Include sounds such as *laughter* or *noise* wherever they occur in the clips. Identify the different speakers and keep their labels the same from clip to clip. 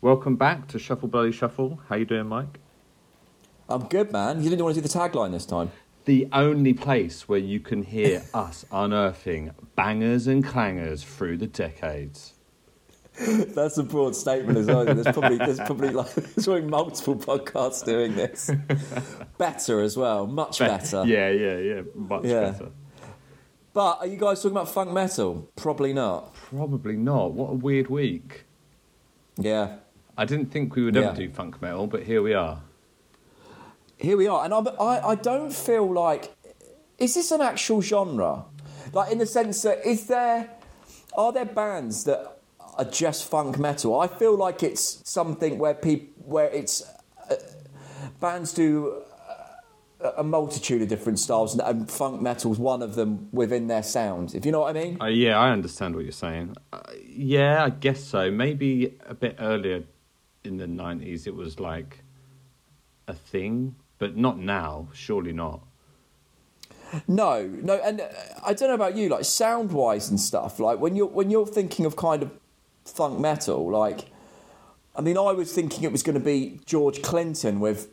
Speaker 1: Welcome back to Shuffle Bloody Shuffle. How you doing, Mike?
Speaker 2: I'm good, man. You didn't want to do the tagline this time. *laughs*
Speaker 1: The only place where you can *laughs* hear us unearthing bangers and clangers through the decades.
Speaker 2: That's a broad statement as well. There's probably there's probably like *laughs* there's probably multiple podcasts doing this. Better as well, much better.
Speaker 1: Yeah, yeah, yeah. Much
Speaker 2: Yeah.
Speaker 1: better.
Speaker 2: But are you guys talking about funk metal? Probably not.
Speaker 1: Probably not. What a weird week.
Speaker 2: Yeah.
Speaker 1: I didn't think we would ever
Speaker 2: Yeah.
Speaker 1: do funk metal, but here we are.
Speaker 2: Here we are, and I'm, I I don't feel like is this an actual genre? Like in the sense that is there are there bands that are just funk metal? I feel like it's something where people where it's uh, bands do uh, a multitude of different styles, and, and funk metal's one of them within their sound. If you know what I mean?
Speaker 1: Uh, yeah, I understand what you're saying. Uh, yeah, I guess so. Maybe a bit earlier in the 90s, it was like a thing, but not now. Surely not.
Speaker 2: No, no, and uh, I don't know about you, like sound wise and stuff. Like when you're when you're thinking of kind of funk metal, like I mean, I was thinking it was going to be George Clinton with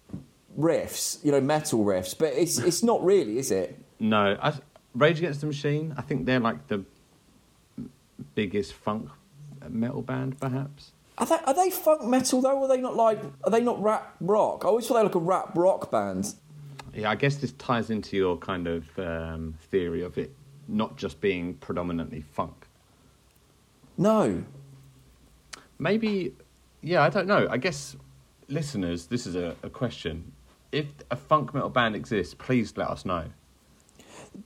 Speaker 2: riffs, you know, metal riffs, but it's it's not really, is it?
Speaker 1: No, I, Rage Against the Machine. I think they're like the biggest funk uh, metal band, perhaps.
Speaker 2: Are they, are they funk metal though? Or are they not like are they not rap rock? I always thought they were like a rap rock band.
Speaker 1: Yeah, I guess this ties into your kind of um, theory of it not just being predominantly funk.
Speaker 2: No,
Speaker 1: Maybe, yeah, I don't know. I guess, listeners, this is a, a question. If a funk metal band exists, please let us know.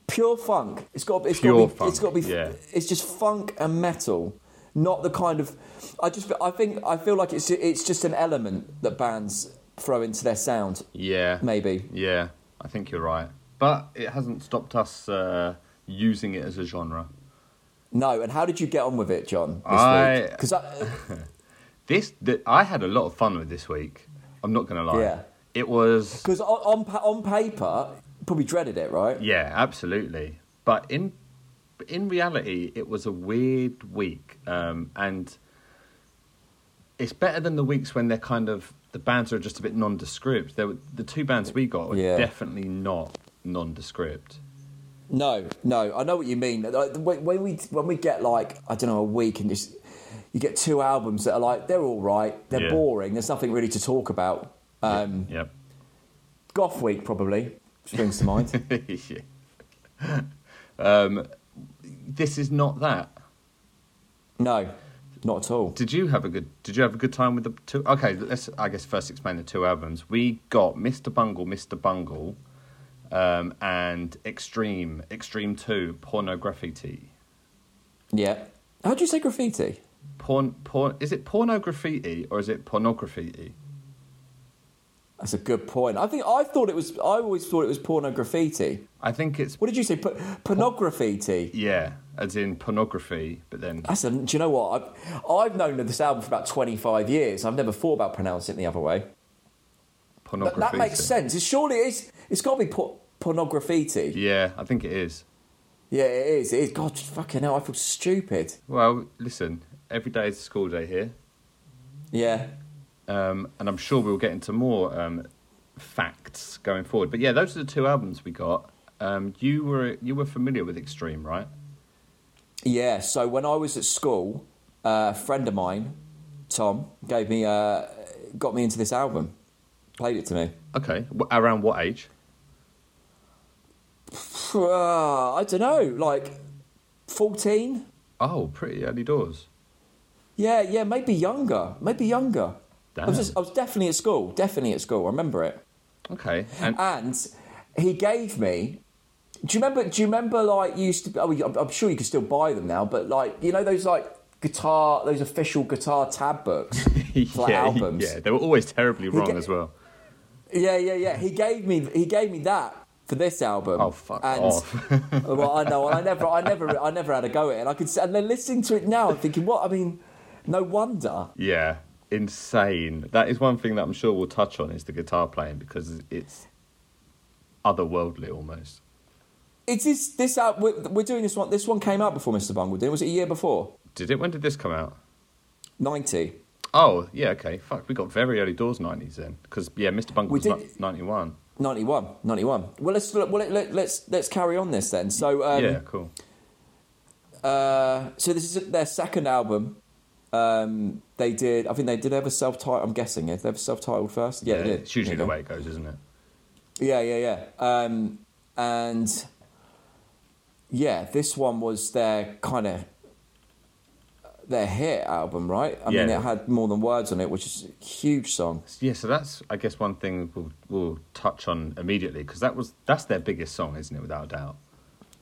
Speaker 2: pure funk. It's got. It's
Speaker 1: Pure
Speaker 2: got to be,
Speaker 1: funk,
Speaker 2: It's got to be.
Speaker 1: yeah.
Speaker 2: It's just funk and metal, not the kind of. I just. I think. I feel like it's. It's just an element that bands throw into their sound.
Speaker 1: Yeah.
Speaker 2: Maybe.
Speaker 1: Yeah, I think you're right. But it hasn't stopped us uh, using it as a genre.
Speaker 2: No. And how did you get on with it, John? This
Speaker 1: I-
Speaker 2: Because I.
Speaker 1: This th- I had a lot of fun with this week. I'm not going to lie.
Speaker 2: Yeah.
Speaker 1: It was
Speaker 2: Because on on pa- on paper, you probably dreaded it, right?
Speaker 1: yeah, absolutely. But in in reality, it was a weird week, um, and it's better than the weeks when they're kind of the bands are just a bit nondescript. There were, the two bands we got were
Speaker 2: Yeah.
Speaker 1: definitely not nondescript.
Speaker 2: No, no, I know what you mean. Like, When when we when we get like I don't know a week and just you get two albums that are like they're all right, they're
Speaker 1: Yeah.
Speaker 2: boring. There's nothing really to talk about. Um,
Speaker 1: Yep. *laughs*
Speaker 2: Goth Week probably springs to mind.
Speaker 1: Yeah. *laughs* um, this is not that.
Speaker 2: no, not at all.
Speaker 1: Did you have a good? Did you have a good time with the two? Okay, let's. I guess first explain the two albums. We got Mr. Bungle, Mr. Bungle, um, and Extreme, Extreme Two, Porno Graffiti.
Speaker 2: Yeah. How do you say graffiti?
Speaker 1: Porn, porn. Is it porno graffiti or is it pornography?
Speaker 2: That's a good point. I think I thought it was. I always thought it was porno graffiti.
Speaker 1: I think it's
Speaker 2: What did you say? P- pornography.
Speaker 1: yeah, as in pornography. But then
Speaker 2: That's a, do you know what? I've, I've known this album for about 25 years. I've never thought about pronouncing it the other way. But
Speaker 1: pornography.
Speaker 2: that makes sense. It's surely it's it's got to be por- pornography.
Speaker 1: Yeah, I think it is.
Speaker 2: Yeah, it is. It is. God, fucking hell, I feel stupid.
Speaker 1: Well, listen. Every day is a school day here.
Speaker 2: Yeah.
Speaker 1: um, and I'm sure we'll get into more um, facts going forward. But yeah, those are the two albums we got. Um, you were you were familiar with Extreme, right?
Speaker 2: Yeah, so when I was at school, a friend of mine, Tom, gave me uh, got me into this album, played it to me.
Speaker 1: Okay, wh- around what age?
Speaker 2: Pff, Uh, I don't know, like fourteen.
Speaker 1: Oh, pretty early doors.
Speaker 2: Yeah, yeah, maybe younger, maybe younger. I
Speaker 1: Damn.
Speaker 2: was, just, I was definitely at school, definitely at school. I remember it.
Speaker 1: Okay, and
Speaker 2: And he gave me. Do you remember? Do you remember? Like you used to. Oh, I'm, I'm sure you can still buy them now, but like you know those like guitar, those official guitar
Speaker 1: *laughs*
Speaker 2: tab books
Speaker 1: *laughs*
Speaker 2: for
Speaker 1: yeah,
Speaker 2: albums.
Speaker 1: yeah, they were always terribly wrong
Speaker 2: *laughs* get-
Speaker 1: as well.
Speaker 2: Yeah, yeah, yeah. He gave me he gave me that for this album.
Speaker 1: Oh, fuck
Speaker 2: and,
Speaker 1: off.
Speaker 2: *laughs* well, I know, and I never, I never, I never had a go at it. And I could, s- and then listening to it now, I'm thinking, what? I mean, no wonder.
Speaker 1: Yeah, insane. That is one thing that I'm sure we'll touch on is the guitar playing because it's otherworldly almost.
Speaker 2: It is this out. We're, we're doing this one. This one came out before Mr. Bungle. Didn't it? was it a year before?
Speaker 1: Did it? When did this come out?
Speaker 2: Ninety.
Speaker 1: Oh, yeah, okay. Fuck, we got very early doors 90s then. Because, yeah, Mr. Bungle
Speaker 2: We
Speaker 1: was ni-
Speaker 2: did-
Speaker 1: 91.
Speaker 2: 91, 91. Well, let's well, let, let, let's let's carry on this then. So, um,
Speaker 1: yeah, cool.
Speaker 2: uh, so this is their second album. Um, they did, I think they did have a self-titled. I'm guessing yeah, they have a self-titled first. Yeah, they did.
Speaker 1: It's usually
Speaker 2: There
Speaker 1: the
Speaker 2: you go.
Speaker 1: way it goes, isn't it?
Speaker 2: Yeah, yeah, yeah. Um, and yeah, this one was their kind of their hit album, right? I mean,
Speaker 1: Yeah.
Speaker 2: it had more than words on it, which is a huge song.
Speaker 1: Yeah, so that's, I guess, one thing we'll, we'll touch on immediately because that was that's their biggest song, isn't it, without a doubt?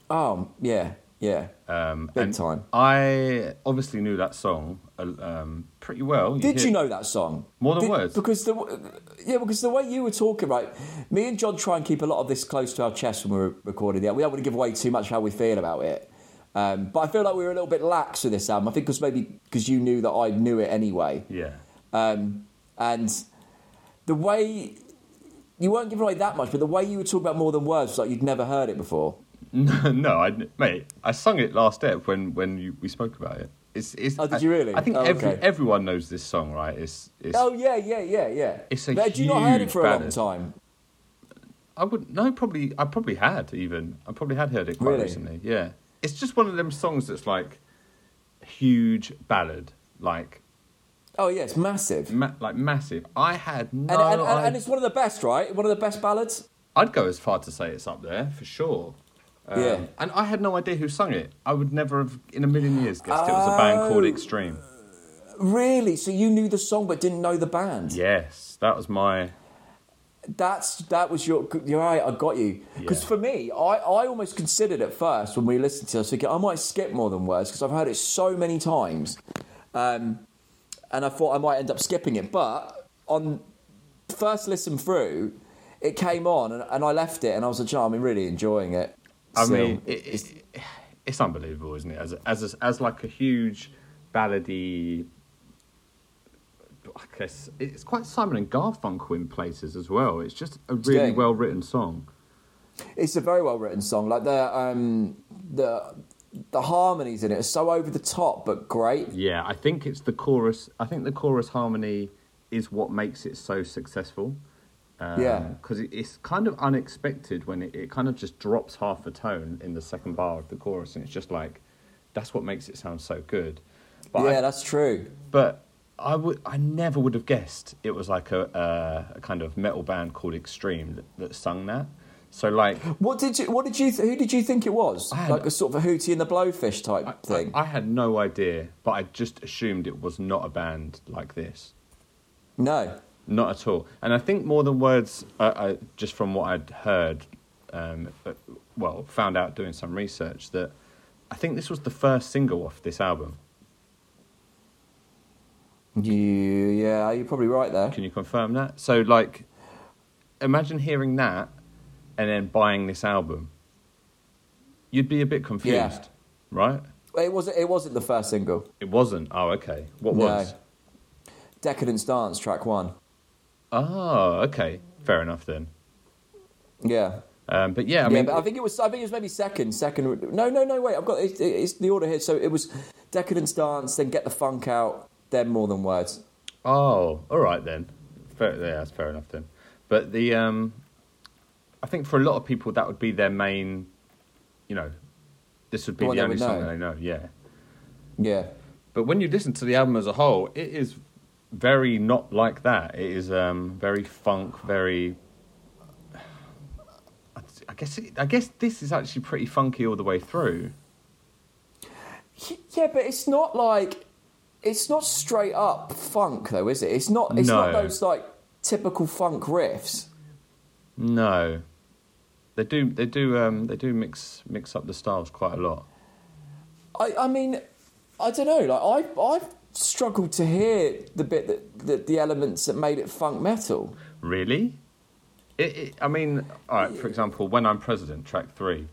Speaker 2: Oh, yeah, yeah,
Speaker 1: Um,
Speaker 2: big
Speaker 1: and
Speaker 2: time.
Speaker 1: I obviously knew that song uh, um, pretty well. *laughs*
Speaker 2: Did
Speaker 1: hear-
Speaker 2: you know that song?
Speaker 1: More Than
Speaker 2: Did-
Speaker 1: Words?
Speaker 2: Because the w- yeah, because the way you were talking, right? Me and John try and keep a lot of this close to our chest when we're recording. Yeah, we don't want to give away too much how we feel about it. Um, but I feel like we were a little bit lax with this album. I think because maybe because you knew that I knew it anyway,
Speaker 1: Yeah. *laughs*
Speaker 2: um, and the way you weren't giving away that much, but the way you were talking about more than words was like you'd never heard it before.
Speaker 1: no, I mate, I sung it last step when when you, we spoke about it. It's, it's,
Speaker 2: Oh, did you really?
Speaker 1: I, I think
Speaker 2: Oh,
Speaker 1: every,
Speaker 2: okay.
Speaker 1: everyone knows this song, right? It's, it's
Speaker 2: Oh yeah, yeah, yeah, yeah.
Speaker 1: It's a
Speaker 2: Had you not heard it
Speaker 1: huge
Speaker 2: for
Speaker 1: ballad.
Speaker 2: a long time?
Speaker 1: I would no, probably I probably had even I probably had heard it quite
Speaker 2: Really?
Speaker 1: recently. Yeah, it's just one of them songs that's like huge ballad, like
Speaker 2: Oh yeah, it's massive.
Speaker 1: ma- like massive. I had no.
Speaker 2: And, and, and,
Speaker 1: i-
Speaker 2: and it's one of the best, right? One of the best ballads.
Speaker 1: I'd go as far to say it's up there for sure. Um,
Speaker 2: Yeah.
Speaker 1: and I had no idea who sung it. I would never have in a million years guessed it was a band called
Speaker 2: Oh.
Speaker 1: Extreme.
Speaker 2: Really? So you knew the song but didn't know the band?
Speaker 1: Yes, that was my
Speaker 2: That's that was your. You're right. I got you. Because
Speaker 1: Yeah.
Speaker 2: for me, I, I almost considered at first when we listened to it, I was thinking I might skip more than words because I've heard it so many times, um, and I thought I might end up skipping it. But on first listen through, it came on and, and I left it and I was like, "Do you know, I'm really enjoying it.
Speaker 1: I
Speaker 2: still."
Speaker 1: mean, it, it, it's unbelievable, isn't it? As a, as a, as like a huge ballady. I guess it's quite Simon and Garfunkel in places as well. It's just a really
Speaker 2: Yeah.
Speaker 1: well written song.
Speaker 2: It's a very well written song. Like the um, the the harmonies in it are so over the top but great.
Speaker 1: Yeah, I think it's the chorus. I think the chorus harmony is what makes it so successful. Um,
Speaker 2: Yeah.
Speaker 1: because it, it's kind of unexpected when it, it kind of just drops half a tone in the second bar of the chorus, and it's just like that's what makes it sound so good. But I
Speaker 2: yeah, that's true.
Speaker 1: but I would, I never would have guessed it was like a, uh, a kind of metal band called Extreme that, that sung that. So like,
Speaker 2: What did you? What did you? Th- who did you think it was?
Speaker 1: had-
Speaker 2: Like a sort of a Hootie and the Blowfish type
Speaker 1: I,
Speaker 2: thing.
Speaker 1: I had no idea, but I just assumed it was not a band like this,
Speaker 2: no.
Speaker 1: not at all. And I think more than words, I, I, just from what I'd heard, um, uh, well, found out doing some research that I think this was the first single off this album.
Speaker 2: You, yeah, you're probably right there.
Speaker 1: Can you confirm that? So like, imagine hearing that and then buying this album. You'd be a bit confused, right?
Speaker 2: It wasn't. It wasn't the first single.
Speaker 1: It wasn't. Oh, okay. What
Speaker 2: No.
Speaker 1: was?
Speaker 2: Decadence Dance, track one.
Speaker 1: Oh, okay. Fair enough then.
Speaker 2: Yeah.
Speaker 1: Um, but yeah, I
Speaker 2: yeah,
Speaker 1: mean,
Speaker 2: but I think it was. I think it was maybe second. Second. No, no, no. Wait, I've got. It, it- it's the order here. So it was Decadence Dance, then Get the Funk Out, then More Than Words.
Speaker 1: oh, all right then. Fair, yeah, that's fair enough then. But the, um, I think for a lot of people that would be their main, you know, this would be
Speaker 2: Well,
Speaker 1: the
Speaker 2: they
Speaker 1: only
Speaker 2: would
Speaker 1: song
Speaker 2: know.
Speaker 1: that they know. Yeah.
Speaker 2: Yeah.
Speaker 1: But when you listen to the album as a whole, it is very not like that. It is um, very funk, very. I guess it, I guess this is actually pretty funky all the way through.
Speaker 2: Yeah, but it's not like it's not straight up funk though, is it? It's not it's not
Speaker 1: No.
Speaker 2: those like typical funk riffs.
Speaker 1: No, they do they do um, they do mix mix up the styles quite a lot.
Speaker 2: I, I mean, I don't know. Like I I've struggled to hear the bit that, that the elements that made it funk metal.
Speaker 1: Really, it, it, I mean, all right. For example, when I'm president, track three,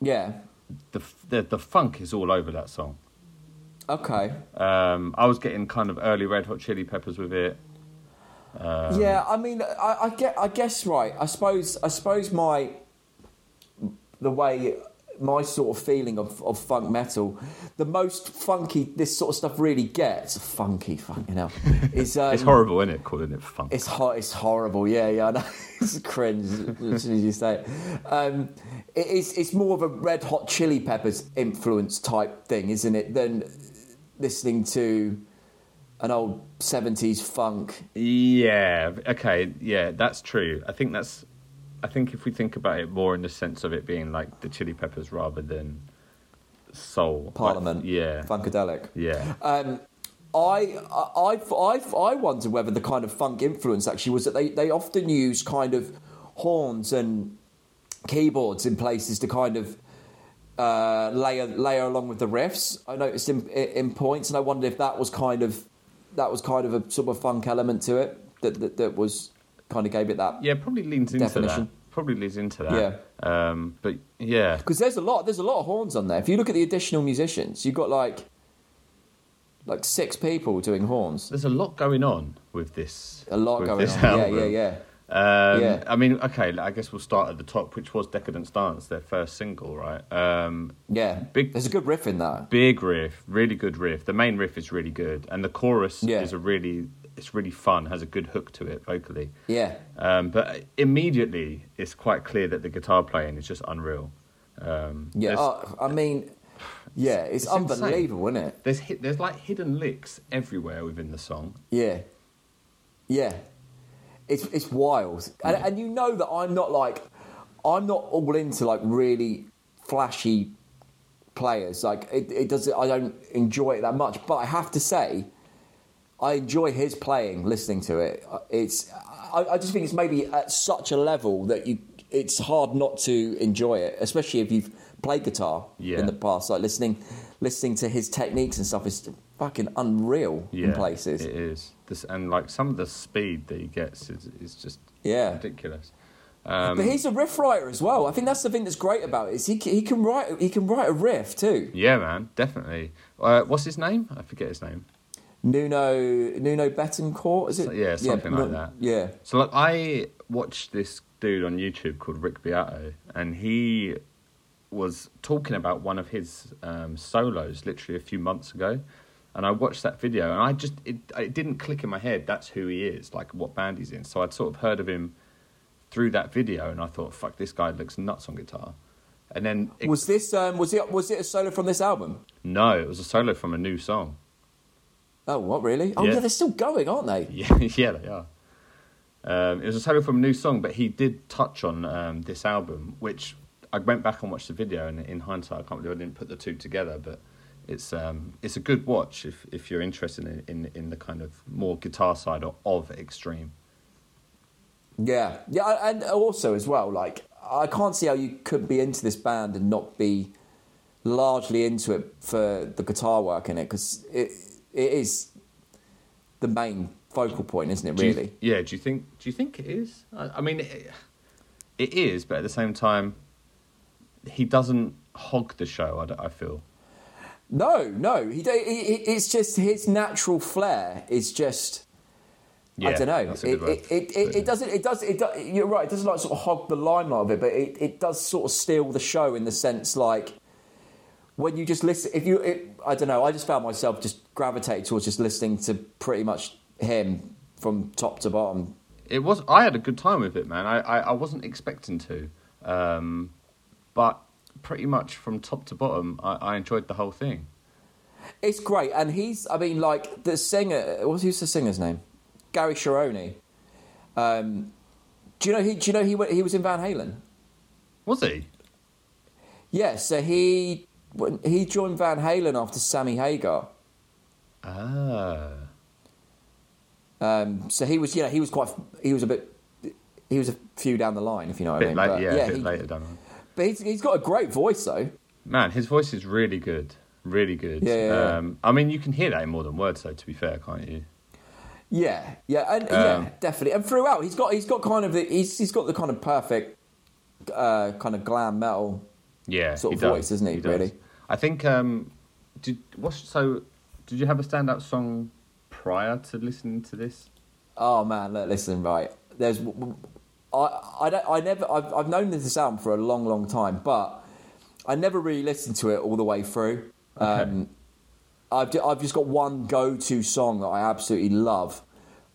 Speaker 2: Yeah.
Speaker 1: the f- the, the funk is all over that song.
Speaker 2: Okay.
Speaker 1: Um, I was getting kind of early Red Hot Chili Peppers with it. Um,
Speaker 2: yeah. I mean, I, I get. I guess right. I suppose. I suppose my the way my sort of feeling of, of funk metal, the most funky this sort of stuff really gets funky,
Speaker 1: *laughs*
Speaker 2: fucking hell. Is, um,
Speaker 1: It's horrible, isn't it? Calling it funk.
Speaker 2: It's hot. It's horrible. Yeah, yeah. I know. *laughs* It's cringe as soon as you say it. Um, it is. It's more of a Red Hot Chili Peppers influence type thing, isn't it? Than listening to an old seventies funk.
Speaker 1: Yeah. Okay. Yeah, that's true. I think that's. I think if we think about it more in the sense of it being like the Chili Peppers rather than soul. like,
Speaker 2: Parliament.
Speaker 1: yeah.
Speaker 2: Funkadelic.
Speaker 1: Yeah.
Speaker 2: Um, I, I, I, I wonder whether the kind of funk influence actually was that they, they often use kind of horns and keyboards in places to kind of uh, layer layer along with the riffs. I noticed in, in points, and I wondered if that was kind of that was kind of a sort of funk element to it that that, that was kind of gave it that.
Speaker 1: yeah. Probably leans into
Speaker 2: Definition.
Speaker 1: that. Probably leans into that. Yeah. Um. But yeah.
Speaker 2: because there's a lot there's a lot of horns on there. If you look at the additional musicians, you've got like like six people doing horns.
Speaker 1: There's a lot going on with this.
Speaker 2: A lot
Speaker 1: with
Speaker 2: going
Speaker 1: this
Speaker 2: on.
Speaker 1: album.
Speaker 2: Yeah, yeah, yeah.
Speaker 1: Um,
Speaker 2: Yeah.
Speaker 1: I mean, okay, I guess we'll start at the top, which was Decadence Dance, their first single, right? Um,
Speaker 2: Yeah.
Speaker 1: Big-
Speaker 2: There's a good riff in that.
Speaker 1: big riff, really good riff. The main riff is really good, and the chorus
Speaker 2: Yeah.
Speaker 1: is a really, it's really fun, has a good hook to it vocally.
Speaker 2: Yeah.
Speaker 1: Um, but immediately, it's quite clear that the guitar playing is just unreal. Um,
Speaker 2: Yeah.
Speaker 1: there's,
Speaker 2: Oh, I mean, yeah, it's,
Speaker 1: it's insane.
Speaker 2: unbelievable, isn't it?
Speaker 1: there's, hit, there's like hidden licks everywhere within the song.
Speaker 2: Yeah. Yeah. It's it's wild. And, and you know that I'm not like I'm not all into like really flashy players. Like it, it does I don't enjoy it that much, but I have to say I enjoy his playing, listening to it. It's I, I just think it's maybe at such a level that you it's hard not to enjoy it, especially if you've played guitar
Speaker 1: Yeah.
Speaker 2: in the past. Like listening listening to his techniques and stuff is fucking unreal in places.
Speaker 1: It is. This, and like some of the speed that he gets is, is just
Speaker 2: Yeah.
Speaker 1: ridiculous. Um,
Speaker 2: but he's a riff writer as well. I think that's the thing that's great about it is he, c- he can write he can write a riff too.
Speaker 1: Yeah, man, definitely. Uh, what's his name? I forget his name.
Speaker 2: Nuno Nuno Betancourt is it?
Speaker 1: So- yeah, something like that.
Speaker 2: Yeah,
Speaker 1: So like, I watched this dude on YouTube called Rick Beato, and he was talking about one of his um, solos literally a few months ago, and I watched that video, and I just it it didn't click in my head. That's who he is, like what band he's in. So I'd sort of heard of him through that video, and I thought, fuck, this guy looks nuts on guitar. And then it,
Speaker 2: was this um, was it was it a solo from this album?
Speaker 1: no, it was a solo from a new song.
Speaker 2: Oh, what really? Oh
Speaker 1: Yeah.
Speaker 2: yeah, they're still going, aren't they?
Speaker 1: Yeah, *laughs* yeah, they are. Um, it was a solo from a new song, but he did touch on um, this album, which I went back and watched the video, and in hindsight, I can't believe I didn't put the two together. But it's um, it's a good watch if if you're interested in in, in the kind of more guitar side of, of extreme.
Speaker 2: Yeah, yeah, I- and also as well, like I can't see how you could be into this band and not be largely into it for the guitar work in it because it it is the main focal point, isn't it?
Speaker 1: Do you-
Speaker 2: Really.
Speaker 1: yeah. Do you think do you think it is? I, I mean, it, it is, but at the same time, he doesn't hog the show. I, d- I feel.
Speaker 2: No, no. He, don't- he, he it's just his natural flair is just. I
Speaker 1: Yeah,
Speaker 2: don't know.
Speaker 1: that's
Speaker 2: It,
Speaker 1: a good
Speaker 2: it,
Speaker 1: word.
Speaker 2: it, it, it doesn't. It does. It do, you're right. It doesn't like sort of hog the limelight of it, but it, it does sort of steal the show in the sense like when you just listen. If you, it, I don't know. I just found myself just gravitating towards just listening to pretty much him from top to bottom.
Speaker 1: it was i had a good time with it man i i, I wasn't expecting to um but pretty much from top to bottom i, I enjoyed the whole thing
Speaker 2: It's great, and he's. I mean, like the singer. What's who's the singer's name? Gary Sharoni. Um, do you know he? Do you know he? went- He was in Van Halen.
Speaker 1: was he
Speaker 2: Yeah, so he when he joined Van Halen after Sammy Hagar.
Speaker 1: ah
Speaker 2: Um, so he was, you know, he was quite, he was a bit, he was a few down the line, if you know what
Speaker 1: bit
Speaker 2: I mean.
Speaker 1: late
Speaker 2: But,
Speaker 1: yeah, a bit
Speaker 2: he-
Speaker 1: later down on.
Speaker 2: But he's, he's got a great voice though.
Speaker 1: man his voice is really good really good
Speaker 2: Yeah, yeah, yeah.
Speaker 1: um i mean you can hear that in more than words though to be fair can't you
Speaker 2: Yeah, yeah, and
Speaker 1: Um,
Speaker 2: yeah, definitely. And throughout, he's got, he's got kind of, the, he's, he's got the kind of perfect, uh, kind of glam metal.
Speaker 1: yeah
Speaker 2: Sort
Speaker 1: he
Speaker 2: of
Speaker 1: does.
Speaker 2: voice, isn't he,
Speaker 1: does.
Speaker 2: really?
Speaker 1: i think um did what's so did you have a standout song prior to listening to this
Speaker 2: Oh man, look, listen, right. There's, I, I don't, I never, I've, I've known this sound for a long, long time, but I never really listened to it all the way through. Um, I've, ju- I've just got one go-to song that I absolutely love,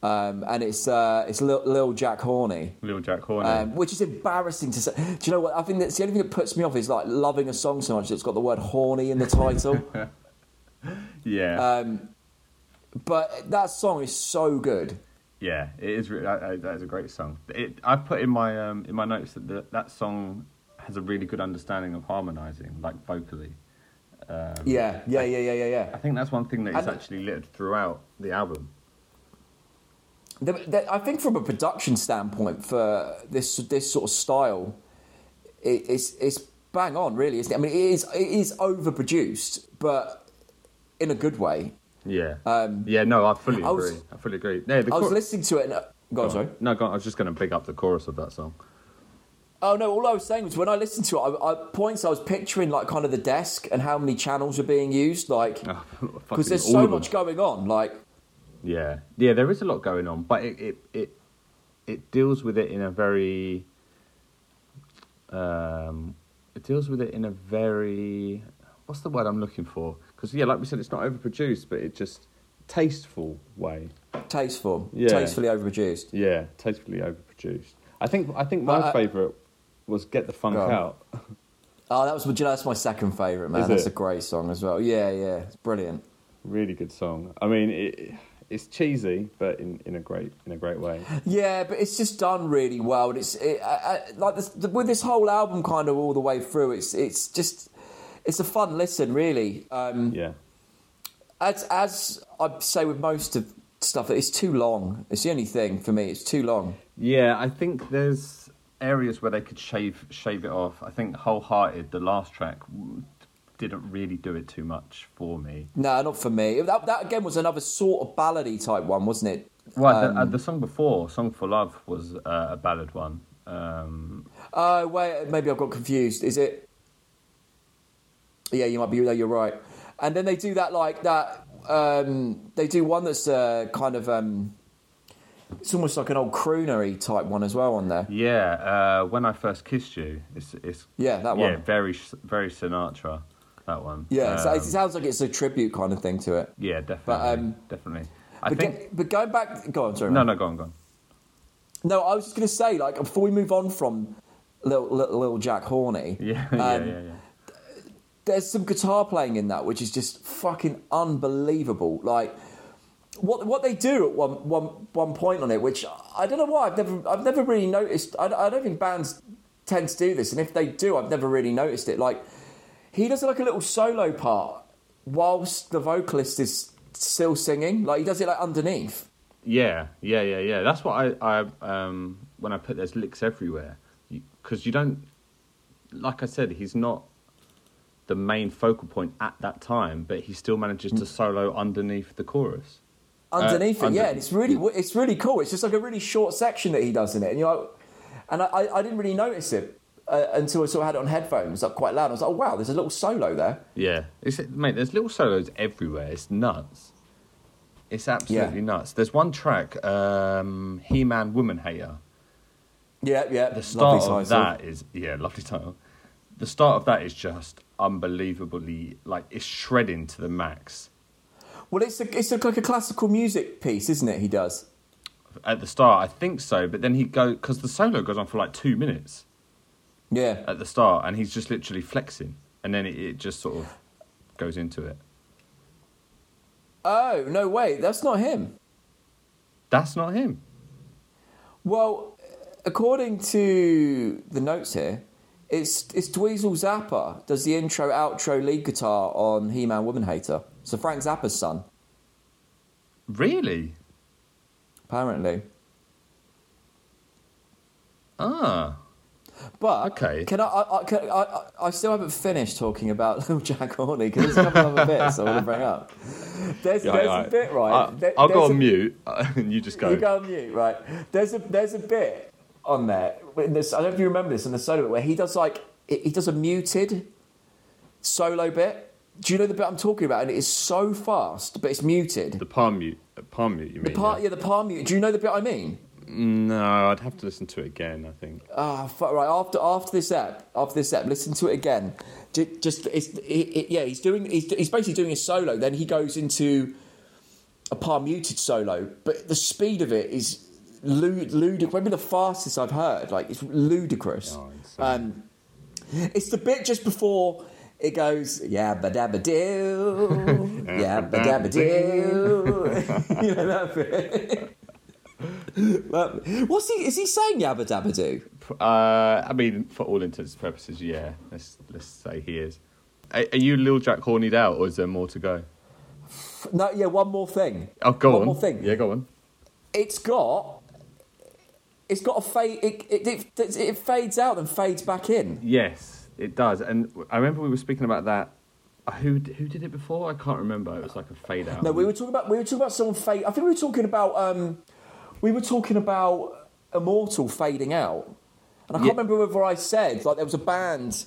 Speaker 2: um, and it's uh, it's Lil, Lil Jack Horny.
Speaker 1: Little Jack Horner.
Speaker 2: Um, which is embarrassing to say. Do you know what? I think that's the only thing that puts me off is like loving a song so much that's got the word horny in the title.
Speaker 1: yeah,
Speaker 2: but that song is so good.
Speaker 1: yeah. It is. Re- that, that- that is a great song. It, I put in my um, in my notes that the, that song has a really good understanding of harmonizing, like vocally.
Speaker 2: Yeah, yeah, yeah, yeah, yeah, yeah.
Speaker 1: I think that's one thing that is
Speaker 2: And-
Speaker 1: actually littered throughout the album.
Speaker 2: The, the, I think from a production standpoint for this this sort of style, it, it's it's bang on, really, isn't it? I mean, it is it is overproduced, but in a good way.
Speaker 1: Yeah. yeah. No, I fully
Speaker 2: Um, I was-
Speaker 1: agree. I fully agree. No, the
Speaker 2: I was
Speaker 1: chor-
Speaker 2: listening to it. And, uh, go on, sorry.
Speaker 1: No, go on. I was just going to big up the chorus of that song. *laughs*
Speaker 2: Oh no! All I was saying was when I listened to it, I, I points I was picturing like kind of the desk and how many channels were being used, like
Speaker 1: Oh, fucking
Speaker 2: because there's
Speaker 1: all
Speaker 2: so
Speaker 1: of them.
Speaker 2: much going on. Like
Speaker 1: Yeah, yeah, there is a lot going on, but it it it, it deals with it in a very um, it deals with it in a very what's the word I'm looking for? Because yeah, like we said, it's not overproduced, but it just tasteful way.
Speaker 2: tasteful,
Speaker 1: Yeah.
Speaker 2: tastefully overproduced.
Speaker 1: Yeah, tastefully overproduced. I think I think my
Speaker 2: But I-
Speaker 1: favorite was "Get the Funk
Speaker 2: Go on.
Speaker 1: Out."
Speaker 2: Oh, that was do you know, that's my second favorite, man.
Speaker 1: Is
Speaker 2: that's
Speaker 1: it?
Speaker 2: a great song as well. Yeah, yeah, it's brilliant.
Speaker 1: Really good song. I mean, it, it's cheesy, but in, in a great in a great *laughs* way.
Speaker 2: Yeah, but it's just done really well, and it's it, I, I, like this, the, with this whole album kind of all the way through. It's it's just it's a fun listen, really. Um,
Speaker 1: Yeah,
Speaker 2: As as I say with most of stuff, it's too long. It's the only thing for me. It's too long.
Speaker 1: Yeah, I think there's areas where they could shave shave it off. I think wholehearted, the last track w- didn't really do it too much for me.
Speaker 2: No, not for me. That, that again was another sort of ballady type one, wasn't it?
Speaker 1: Well, the, uh,
Speaker 2: Um,
Speaker 1: the song before, "Song for Love," was uh, a ballad one. Um,
Speaker 2: Oh wait, maybe I got confused. Is it? Yeah, you might be. No, you're right. And then they do that like that. Um, they do one that's uh, kind of. Um, it's almost like an old croonery type one as well on there.
Speaker 1: yeah, uh, when I first kissed you, it's it's
Speaker 2: Yeah, that
Speaker 1: yeah
Speaker 2: one.
Speaker 1: very S- very Sinatra, that one.
Speaker 2: Yeah, so it
Speaker 1: Um,
Speaker 2: sounds like it's a tribute kind of thing to it.
Speaker 1: yeah, definitely,
Speaker 2: um,
Speaker 1: definitely. I
Speaker 2: but,
Speaker 1: think
Speaker 2: go- but going back, go on, sorry.
Speaker 1: no,
Speaker 2: man.
Speaker 1: no, go on, go on. *laughs*
Speaker 2: No, I was just going to say, like, before we move on from little, little, Jack Horny,
Speaker 1: Yeah, *laughs* yeah,
Speaker 2: Um,
Speaker 1: yeah, yeah.
Speaker 2: there's some guitar playing in that, which is just fucking unbelievable. Like, what what they do at one one one point on it, which I don't know why I've never I've never really noticed. I, I don't think bands tend to do this, and if they do, I've never really noticed it. Like, he does like a little solo part whilst the vocalist is still singing. Like, he does it like underneath.
Speaker 1: Yeah, yeah, yeah, yeah. That's what I, I um, when I put there's licks everywhere, because you don't, like I said, he's not the main focal point at that time, but he still manages to solo underneath the chorus.
Speaker 2: underneath it.
Speaker 1: Uh, under-
Speaker 2: yeah, and it's really it's really cool. It's just like a really short section that he does in it, and you're like, and I, I, I didn't really notice it uh, until I sort of had it on headphones, like quite loud. I was like, oh wow, there's a little solo there.
Speaker 1: Yeah, it's, mate. There's little solos everywhere. It's nuts. It's absolutely nuts. There's one track, um, He Man Woman Hater.
Speaker 2: Yeah, yeah.
Speaker 1: The start of that is yeah, lovely title. The start of that is just unbelievably like it's shredding to the max.
Speaker 2: Well, it's a, it's a, like a classical music piece, isn't it? He does.
Speaker 1: at the start. I think so, but then he go because the solo goes on for like two minutes
Speaker 2: Yeah.
Speaker 1: at the start, and he's just literally flexing, and then it, it just sort of goes into it.
Speaker 2: Oh no, wait, that's not him.
Speaker 1: That's not him.
Speaker 2: Well, according to the notes here, it's it's Dweezil Zappa does the intro outro lead guitar on He Man Woman Hater. So Frank Zappa's son,
Speaker 1: Really?
Speaker 2: apparently.
Speaker 1: Ah,
Speaker 2: But
Speaker 1: Okay.
Speaker 2: can I? I, I, can, I, I- I still haven't finished talking about *laughs* Little Jack Horny because there's a couple other bits I want to bring up. There's, there's a bit right.
Speaker 1: I,
Speaker 2: there-
Speaker 1: will go
Speaker 2: there's
Speaker 1: on
Speaker 2: a-
Speaker 1: mute, *laughs* and you just go.
Speaker 2: You go on mute, right? There's a there's a bit on there. In this, I don't know if you remember this in the solo bit where he does like he he does a muted solo bit. Do you know the bit I'm talking about? And it is so fast, but it's muted.
Speaker 1: The palm mute. Palm mute. You mean?
Speaker 2: Part yeah, the palm mute. Do you know the bit I mean?
Speaker 3: No, I'd have to listen to it again. I think.
Speaker 2: Ah, fu right. After after this app, after this app, listen to it again. J- Just it's it, it, yeah. He's doing he's, he's basically doing a solo. Then he goes into a par muted solo, but the speed of it is lud- ludicrous. Maybe the fastest I've heard. Like it's ludicrous.
Speaker 3: Oh, it's, uh,
Speaker 2: um, it's the bit just before it goes yabba
Speaker 3: *laughs*
Speaker 2: dabba doo, yabba dabba doo. *laughs* You know that bit. *laughs* That- What's he? Is he saying yabba dabba doo?
Speaker 1: Uh, I mean, for all intents and purposes, yeah. Let's let's say he is. Are, are you Lil Jack hornied out, or is there more to go?
Speaker 2: No, yeah, one more thing.
Speaker 1: Oh, go
Speaker 2: one
Speaker 1: on.
Speaker 2: more thing.
Speaker 1: Yeah, go on.
Speaker 2: It's got. It's got a fade. It, it, it, it fades out and fades back in.
Speaker 1: Yes, it does. And I remember we were speaking about that. uh, Who d- who did it before? I can't remember. It was like a fade out.
Speaker 2: No, we were talking about we were talking about someone fade. I think we were talking about um, we were talking about immortal fading out, and I can't
Speaker 1: Yeah.
Speaker 2: remember whether I said like there was a band.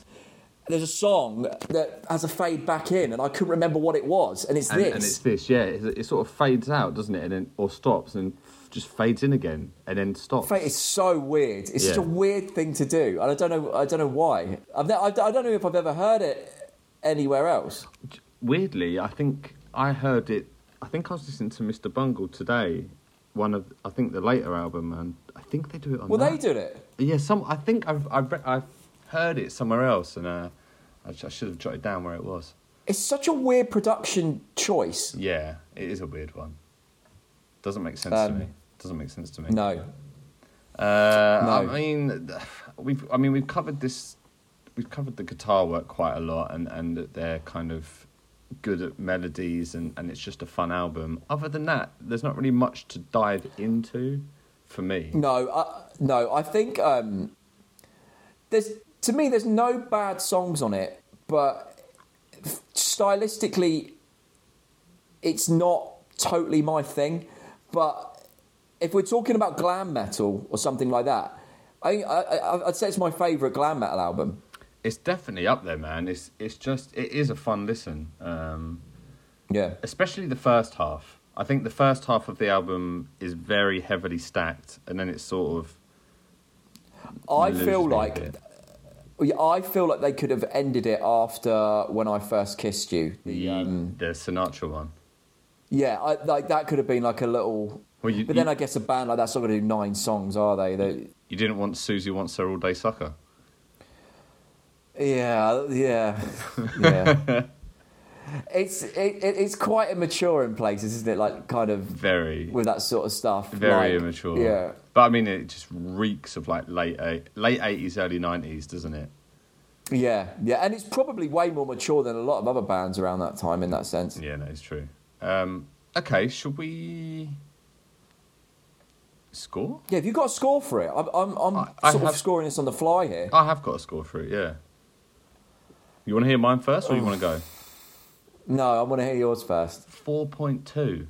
Speaker 2: There's a song that has a fade back in, and I couldn't remember what it was, and it's
Speaker 1: and,
Speaker 2: this.
Speaker 1: and it's this, yeah. It, it sort of fades out, doesn't it? And then or stops and just fades in again and then stops.
Speaker 2: Fate is so weird. It's such a
Speaker 1: Yeah.
Speaker 2: weird thing to do, and I don't know. I don't know why. I've ne- I I don't know if I've ever heard it anywhere else.
Speaker 1: Weirdly, I think I heard it. I think I was listening to Mr. Bungle today. One of I think the later album, and I think they do it on.
Speaker 2: Well,
Speaker 1: that.
Speaker 2: they did it.
Speaker 1: Yeah, some. I think I've I've, re- I've heard it somewhere else, and uh, I, sh- I should have jotted down where it was.
Speaker 2: It's such a weird production choice.
Speaker 1: Yeah, it is a weird one. Doesn't make sense
Speaker 2: Um,
Speaker 1: to me. Doesn't make sense to me.
Speaker 2: No,
Speaker 1: Uh,
Speaker 2: No.
Speaker 1: I mean, we've I mean we've covered this, we've covered the guitar work quite a lot, and and that they're kind of good at melodies, and and it's just a fun album. Other than that, there's not really much to dive into, for me.
Speaker 2: no, I, no. I think um, there's to me there's no bad songs on it, but stylistically, it's not totally my thing. But if we're talking about glam metal or something like that, I, I, I I'd say it's my favourite glam metal album.
Speaker 1: It's definitely up there, man. It's it's just it is a fun listen. Um,
Speaker 2: Yeah.
Speaker 1: especially the first half. I think the first half of the album is very heavily stacked, and then it's sort of.
Speaker 2: I
Speaker 1: loses
Speaker 2: feel
Speaker 1: me a
Speaker 2: like
Speaker 1: bit.
Speaker 2: yeah, I feel like they could have ended it after when I first kissed you. The,
Speaker 1: the,
Speaker 2: um,
Speaker 1: the Sinatra one.
Speaker 2: yeah, I, like that could have been like a little.
Speaker 1: Well, you-
Speaker 2: but then
Speaker 1: you-
Speaker 2: I guess a band like that's not going to do nine songs, are they? they
Speaker 1: You didn't want Susie wants her all day sucker.
Speaker 2: yeah, yeah,
Speaker 1: *laughs*
Speaker 2: yeah. it's it, it, it's quite immature in places, isn't it? Like kind of
Speaker 1: Very,
Speaker 2: with that sort of stuff.
Speaker 1: very
Speaker 2: like-
Speaker 1: immature.
Speaker 2: Yeah.
Speaker 1: but I mean, it just reeks of like late eight, late eighties, early nineties, doesn't it?
Speaker 2: Yeah, yeah, and it's probably way more mature than a lot of other bands around that time in that sense.
Speaker 1: Yeah, that is true. Um, okay, should we score?
Speaker 2: Yeah, have you got a score for it? I'm, I'm, I'm
Speaker 1: I- I
Speaker 2: sort of
Speaker 1: have-
Speaker 2: scoring this on the fly here.
Speaker 1: I have got a score for it. Yeah. You want to hear mine first,
Speaker 2: Oh.
Speaker 1: or you want to go?
Speaker 2: No, I want to hear yours first.
Speaker 1: Four point two.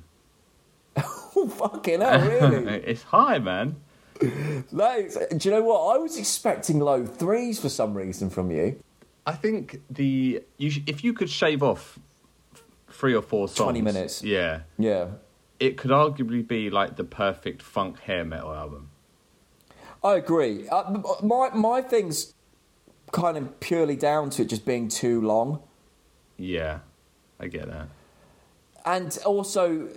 Speaker 2: *laughs* Oh, fucking
Speaker 1: *laughs*
Speaker 2: hell, really?
Speaker 1: it's high, man.
Speaker 2: no, do you know what? I was expecting low threes for some reason from you.
Speaker 1: I think the you sh- if you could shave off f- three or four songs,
Speaker 2: 20 minutes.
Speaker 1: Yeah,
Speaker 2: Yeah.
Speaker 1: it could arguably be like the perfect funk hair metal album.
Speaker 2: I agree. Uh, m- my, my thing's kind of purely down to it just being too long.
Speaker 1: Yeah, I get that. *laughs*
Speaker 2: And also,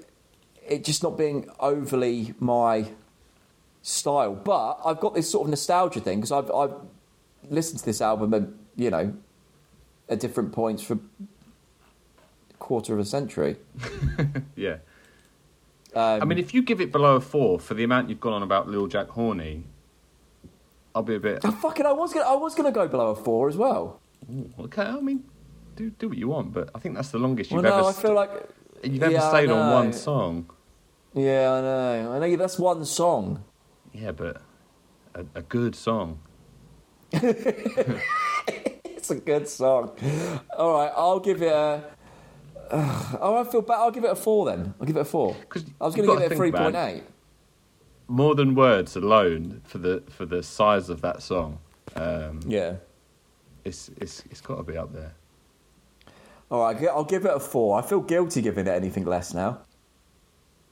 Speaker 2: it just not being overly my style. But I've got this sort of nostalgia thing because I've, I've listened to this album at, you know, at different points for a quarter of a century.
Speaker 1: Yeah,
Speaker 2: Um,
Speaker 1: I mean, if you give it below a four for the amount you've gone on about Lil Jack Horny, I'll be a bit
Speaker 2: Oh, fuck it, I was gonna, I was gonna go below a four as well.
Speaker 1: "Ooh, okay. I mean, do do what you want, but I think that's the longest
Speaker 2: Well,
Speaker 1: you've
Speaker 2: no,
Speaker 1: ever
Speaker 2: I
Speaker 1: st-
Speaker 2: feel like.
Speaker 1: you've ever
Speaker 2: Yeah, I
Speaker 1: stayed on
Speaker 2: know.
Speaker 1: one song.
Speaker 2: Yeah, I know. I know that's one song. *laughs*
Speaker 1: Yeah, but a, a good song.
Speaker 2: It's a good song. All right, I'll give it a. oh, I feel bad. I'll give it a four then. I'll give it a four.
Speaker 1: 'Cause
Speaker 2: I was
Speaker 1: you've
Speaker 2: gonna
Speaker 1: got
Speaker 2: give
Speaker 1: to
Speaker 2: it a three
Speaker 1: think, man.
Speaker 2: point eight.
Speaker 1: More than words alone for the for the size of that song. Um,
Speaker 2: Yeah.
Speaker 1: It's it's it's got to be up there.
Speaker 2: All right, I'll gi- I'll give it a four. I feel guilty giving it anything less now.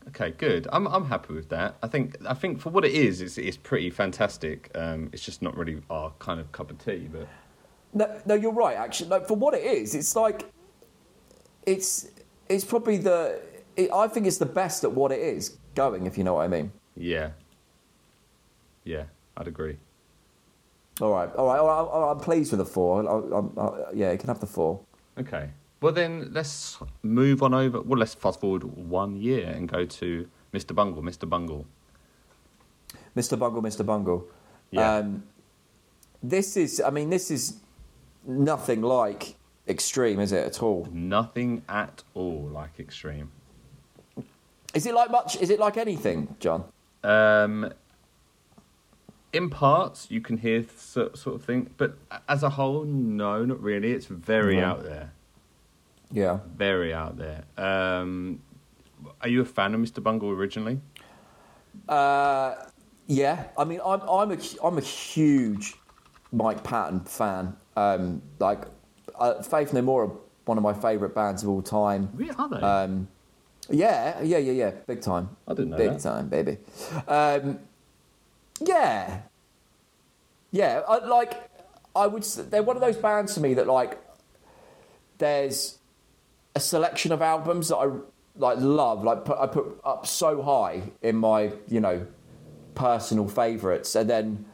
Speaker 1: Okay, good. I'm I'm happy with that. I think I think for what it is, it's it's pretty fantastic. Um, it's just not really our kind of cup of tea, but
Speaker 2: No, no, you're right. Actually, like, for what it is, it's like it's it's probably the it, I think it's the best at what it is going. If you know what I mean.
Speaker 1: yeah, yeah, I'd agree.
Speaker 2: All right, all right. All right all right, I'm pleased with the four. I, I'm, I, yeah, you can have the four.
Speaker 1: Okay. Well, then let's move on over. Well, let's fast forward one year and go to Mr. Bungle. Mr. Bungle.
Speaker 2: Mr. Bungle, Mr. Bungle.
Speaker 1: Yeah.
Speaker 2: Um, this is, I mean, this is nothing like extreme, is it at all?
Speaker 1: Nothing at all like extreme.
Speaker 2: Is it like much? Is it like anything, John?
Speaker 1: Um, in parts, you can hear so, sort of thing, but as a whole, no, not really. It's very
Speaker 2: No.
Speaker 1: out there.
Speaker 2: Yeah.
Speaker 1: Very out there. Um, are you a fan of Mr. Bungle originally?
Speaker 2: Uh, yeah. I mean, I'm I'm a hu- I'm a huge Mike Patton fan. Um, like uh, Faith No More, are one of my favourite bands of all time.
Speaker 1: Really? Are they?
Speaker 2: Um, yeah, yeah, yeah, yeah. Big time.
Speaker 1: I didn't know
Speaker 2: Big
Speaker 1: that.
Speaker 2: time, baby. Um, yeah, yeah. I, like, I would. s- They're one of those bands to me that like. There's a selection of albums that I like love. Like put, I put up so high in my you know personal favourites, and then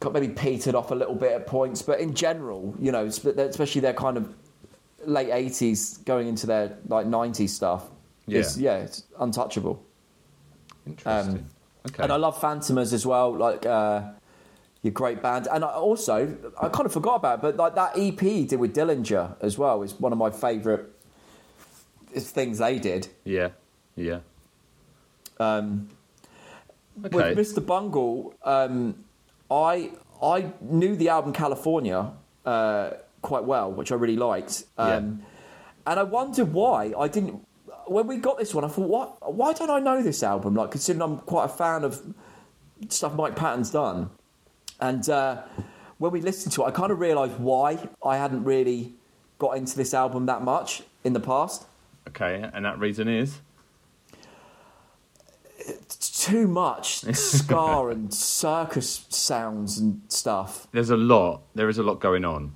Speaker 2: got maybe petered off a little bit at points. But in general, you know, sp- especially their kind of late '80s going into their like '90s stuff.
Speaker 1: Yeah.
Speaker 2: is, yeah, it's untouchable.
Speaker 1: Interesting.
Speaker 2: um,
Speaker 1: okay.
Speaker 2: And I love Phantomas as well. Like uh, your great band, and I also I kind of forgot about, it, but like that EP he did with Dillinger as well is one of my favourite things they did.
Speaker 1: yeah. Yeah.
Speaker 2: Um,
Speaker 1: Okay.
Speaker 2: With Mr. Bungle, um, I I knew the album California uh, quite well, which I really liked, um, and I wondered why I didn't. When we got this one, I thought, what? Why don't I know this album? Like, considering I'm quite a fan of stuff Mike Patton's done, and uh, when we listened to it, I kind of realised why I hadn't really got into this album that much in the past.
Speaker 1: okay. And that reason is?
Speaker 2: too much
Speaker 1: *laughs*
Speaker 2: scar and circus sounds and stuff.
Speaker 1: There's a lot. There is a lot going on.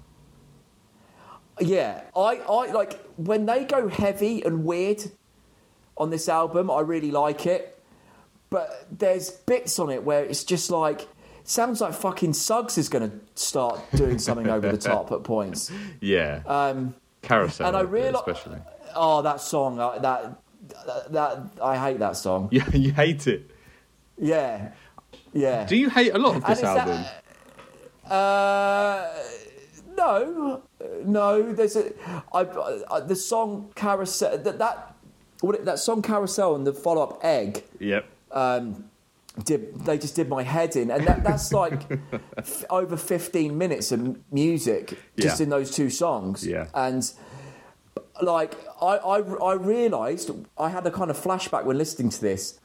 Speaker 2: Yeah, I, I like when they go heavy and weird on this album, I really like it. But there's bits on it where it's just like sounds like fucking Suggs is going to start doing something over the top at
Speaker 1: *laughs*
Speaker 2: points.
Speaker 1: Yeah.
Speaker 2: Um,
Speaker 1: Carousel.
Speaker 2: and I reali-
Speaker 1: Especially. *laughs*
Speaker 2: Oh, that song, uh, that, that that I hate that song.
Speaker 1: Yeah, you hate it.
Speaker 2: Yeah. Yeah.
Speaker 1: Do you hate a lot of
Speaker 2: And
Speaker 1: this
Speaker 2: it's that-
Speaker 1: album?
Speaker 2: Uh, no, Uh, no. There's a I, I, the song Carousel that that what it, that song Carousel and the follow up Egg.
Speaker 3: Yep.
Speaker 2: Um, did, they just did my head in, and that,
Speaker 3: *laughs*
Speaker 2: that's like f- over 15 minutes of m- music just
Speaker 3: Yeah.
Speaker 2: in those two songs.
Speaker 3: Yeah.
Speaker 2: and like I, I, I realized I had a kind of flashback when listening to this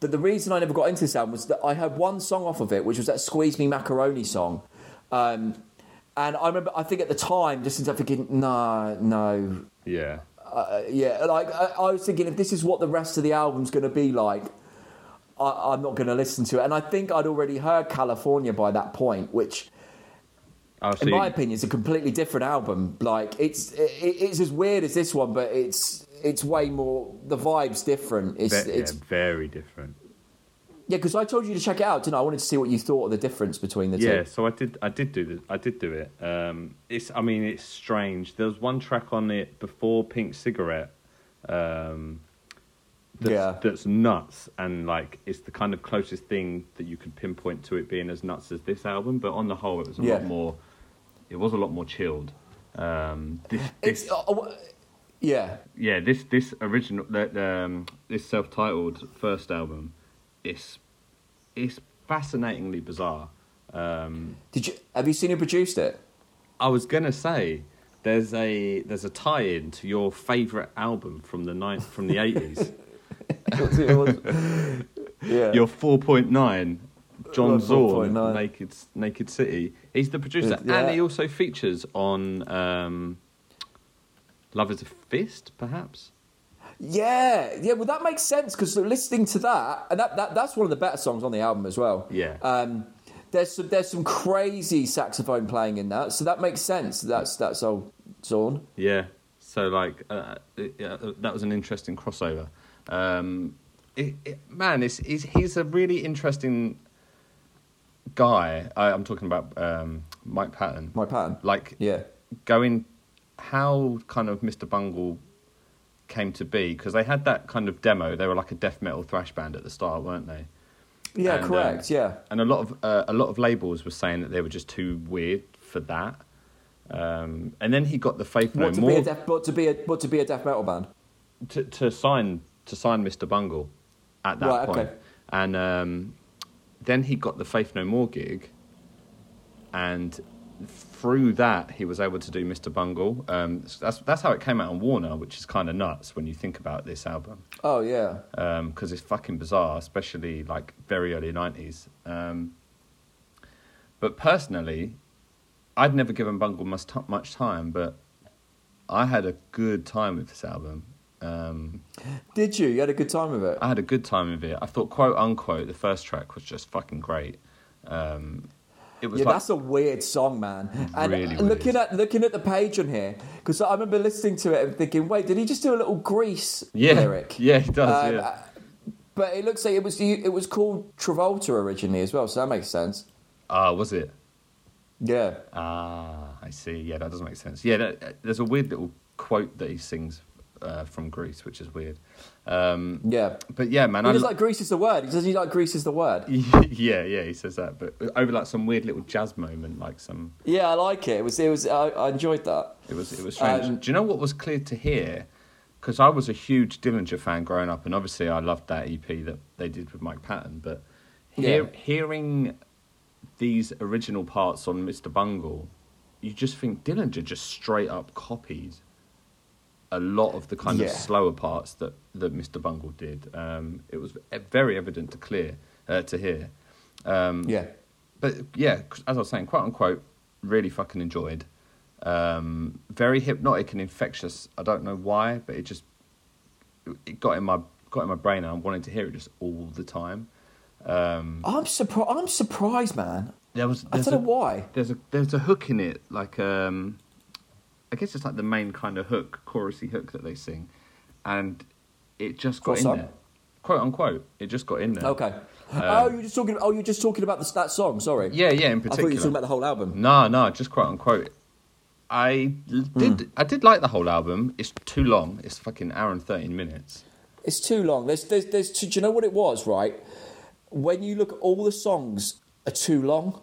Speaker 2: that the reason I never got into this album was that I heard one song off of it, which was that "Squeeze Me Macaroni" song. Um, and I remember, I think at the time, just since I'm thinking, no, no,
Speaker 3: Yeah.
Speaker 2: uh, yeah, like I, I was thinking, if this is what the rest of the album's going to be like, I, I'm not going to listen to it. And I think I'd already heard California by that point, which,
Speaker 1: Oh, so
Speaker 2: in
Speaker 1: you-
Speaker 2: my opinion, is a completely different album. Like it's it, it's as weird as this one, but it's it's way more. The vibe's different. It's
Speaker 3: Ve-
Speaker 2: it's
Speaker 3: yeah, very different.
Speaker 2: yeah, because I told you to check it out, didn't I? I wanted to see what you thought of the difference between the
Speaker 3: Yeah,
Speaker 2: two.
Speaker 3: so I did. I did do this. I did do it. Um, it's. I mean, it's strange. There was one track on it before Pink Cigarette. Um, that's,
Speaker 2: Yeah.
Speaker 3: that's nuts, and like it's the kind of closest thing that you could pinpoint to it being as nuts as this album. But on the whole, it was a
Speaker 2: Yeah.
Speaker 3: lot more. It was a lot more chilled. Um, this, this,
Speaker 2: It's uh, uh, yeah,
Speaker 3: yeah, this this original that um, this self-titled first album, it's it's fascinatingly bizarre. Um,
Speaker 2: Did you have you seen who
Speaker 3: *laughs*
Speaker 2: produced it?
Speaker 3: I was gonna say there's a there's a tie-in to your favorite album from the night from the eighties.
Speaker 2: *laughs* yeah.
Speaker 3: your four point nine, John
Speaker 2: Oh,
Speaker 3: Zorn,
Speaker 2: 4.9.
Speaker 3: Naked Naked City. He's the producer,
Speaker 2: Yeah.
Speaker 3: and he also features on um, Love Is a Fist, perhaps.
Speaker 2: Yeah, yeah. Well, that makes sense because listening to that, and that, that that's one of the better songs on the album as well.
Speaker 1: Yeah.
Speaker 2: Um, there's some there's some crazy saxophone playing in that, so that makes sense. That's that's old Zorn.
Speaker 1: Yeah. So like uh, it, yeah, uh, that was an interesting crossover. Um, it, it, man, it's, it's, he's a really interesting guy. I, I'm talking about um, Mike Patton.
Speaker 2: My pattern.
Speaker 1: Like
Speaker 2: Yeah.
Speaker 1: going how kind of Mr. Bungle came to be because they had that kind of demo. They were like a death metal thrash band at the start, weren't they?
Speaker 2: Yeah.
Speaker 1: And, um,
Speaker 2: correct. yeah.
Speaker 1: and a lot of uh, a lot of labels were saying that they were just too weird for that. Um, and then he got the faith no
Speaker 2: What to
Speaker 1: more
Speaker 2: be a death, but to be a but to be a death metal band.
Speaker 1: to, to sign to sign Mr. Bungle at that
Speaker 2: Right,
Speaker 1: point.
Speaker 2: okay.
Speaker 1: and um, then he got the Faith No More gig, and through that he was able to do Mr. Bungle. Um, so that's that's how it came out on Warner, which is kind of nuts when you think about this album
Speaker 2: Oh yeah.
Speaker 1: because it's fucking bizarre, especially like very early nineties. Um, but personally, I'd never given Bungle much, t- much time, but I had a good time with this album. Um,
Speaker 2: Did you? You had a good time with it.
Speaker 1: I had a good time with it. I thought, quote unquote, the first track was just fucking great. Um, it was
Speaker 2: Yeah,
Speaker 1: like,
Speaker 2: that's a weird song, man. And
Speaker 1: Really
Speaker 2: looking
Speaker 1: weird.
Speaker 2: at looking at the page on here, because I remember listening to it and thinking, wait, did he just do a little Grease
Speaker 1: yeah,
Speaker 2: lyric?
Speaker 1: *laughs* yeah, it does.
Speaker 2: Um,
Speaker 1: yeah.
Speaker 2: uh, But it looks like it was it was called Travolta originally as well, so that makes sense.
Speaker 1: Ah, was it?
Speaker 2: Yeah,
Speaker 1: Ah, I see. Yeah, that doesn't make sense. Yeah, that, uh, there's a weird little quote that he sings uh, from Greece, which is weird. Um,
Speaker 2: yeah.
Speaker 1: But yeah, man,
Speaker 2: he
Speaker 1: I
Speaker 2: does
Speaker 1: lo-
Speaker 2: like Grease is the word. He doesn't he like Grease is the
Speaker 1: *laughs*
Speaker 2: word.
Speaker 1: yeah, yeah, he says that, but uh, over like some weird little jazz moment, like some
Speaker 2: Yeah, I like it. It was it was I, I enjoyed that.
Speaker 1: it was it was strange.
Speaker 2: Um,
Speaker 1: Do you know what was clear to hear? Because I was a huge Dillinger fan growing up, and obviously I loved that EP that they did with Mike Patton. But hear,
Speaker 2: Yeah.
Speaker 1: hearing these original parts on Mr. Bungle, you just think Dillinger just straight up copied a lot of the kind
Speaker 2: Yeah.
Speaker 1: of slower parts that, that Mr. Bungle did. Um, it was very evident to clear uh, to hear.
Speaker 2: Mm. Yeah,
Speaker 1: but yeah, 'cause as I was saying, quote unquote, really fucking enjoyed. Um, very hypnotic and infectious. I don't know why, but it just it got in my got in my brain, and I wanted to hear it just all the time.
Speaker 2: I'm surprised. I'm surprised, man.
Speaker 1: There was
Speaker 2: I
Speaker 1: there's
Speaker 2: don't know
Speaker 1: a-
Speaker 2: why.
Speaker 1: There's a there's a hook in it, like um, I guess it's like the main kind of hook, chorusy hook that they sing, and it just got
Speaker 2: What
Speaker 1: in
Speaker 2: song?
Speaker 1: there, quote unquote. It just got in there.
Speaker 2: Okay. *laughs* oh, you're just talking. Oh, you're just talking about this, that song. Sorry.
Speaker 1: Yeah, yeah. In
Speaker 2: I
Speaker 1: particular,
Speaker 2: thought you were talking about the whole album.
Speaker 1: No, no, just quote unquote. I l- did.
Speaker 2: Hmm.
Speaker 1: I did like the whole album. It's too long. It's fucking hour and thirteen minutes.
Speaker 2: It's too long. There's, there's, there's. Two, do you know what it was? Right, when you look, at all the songs are too long.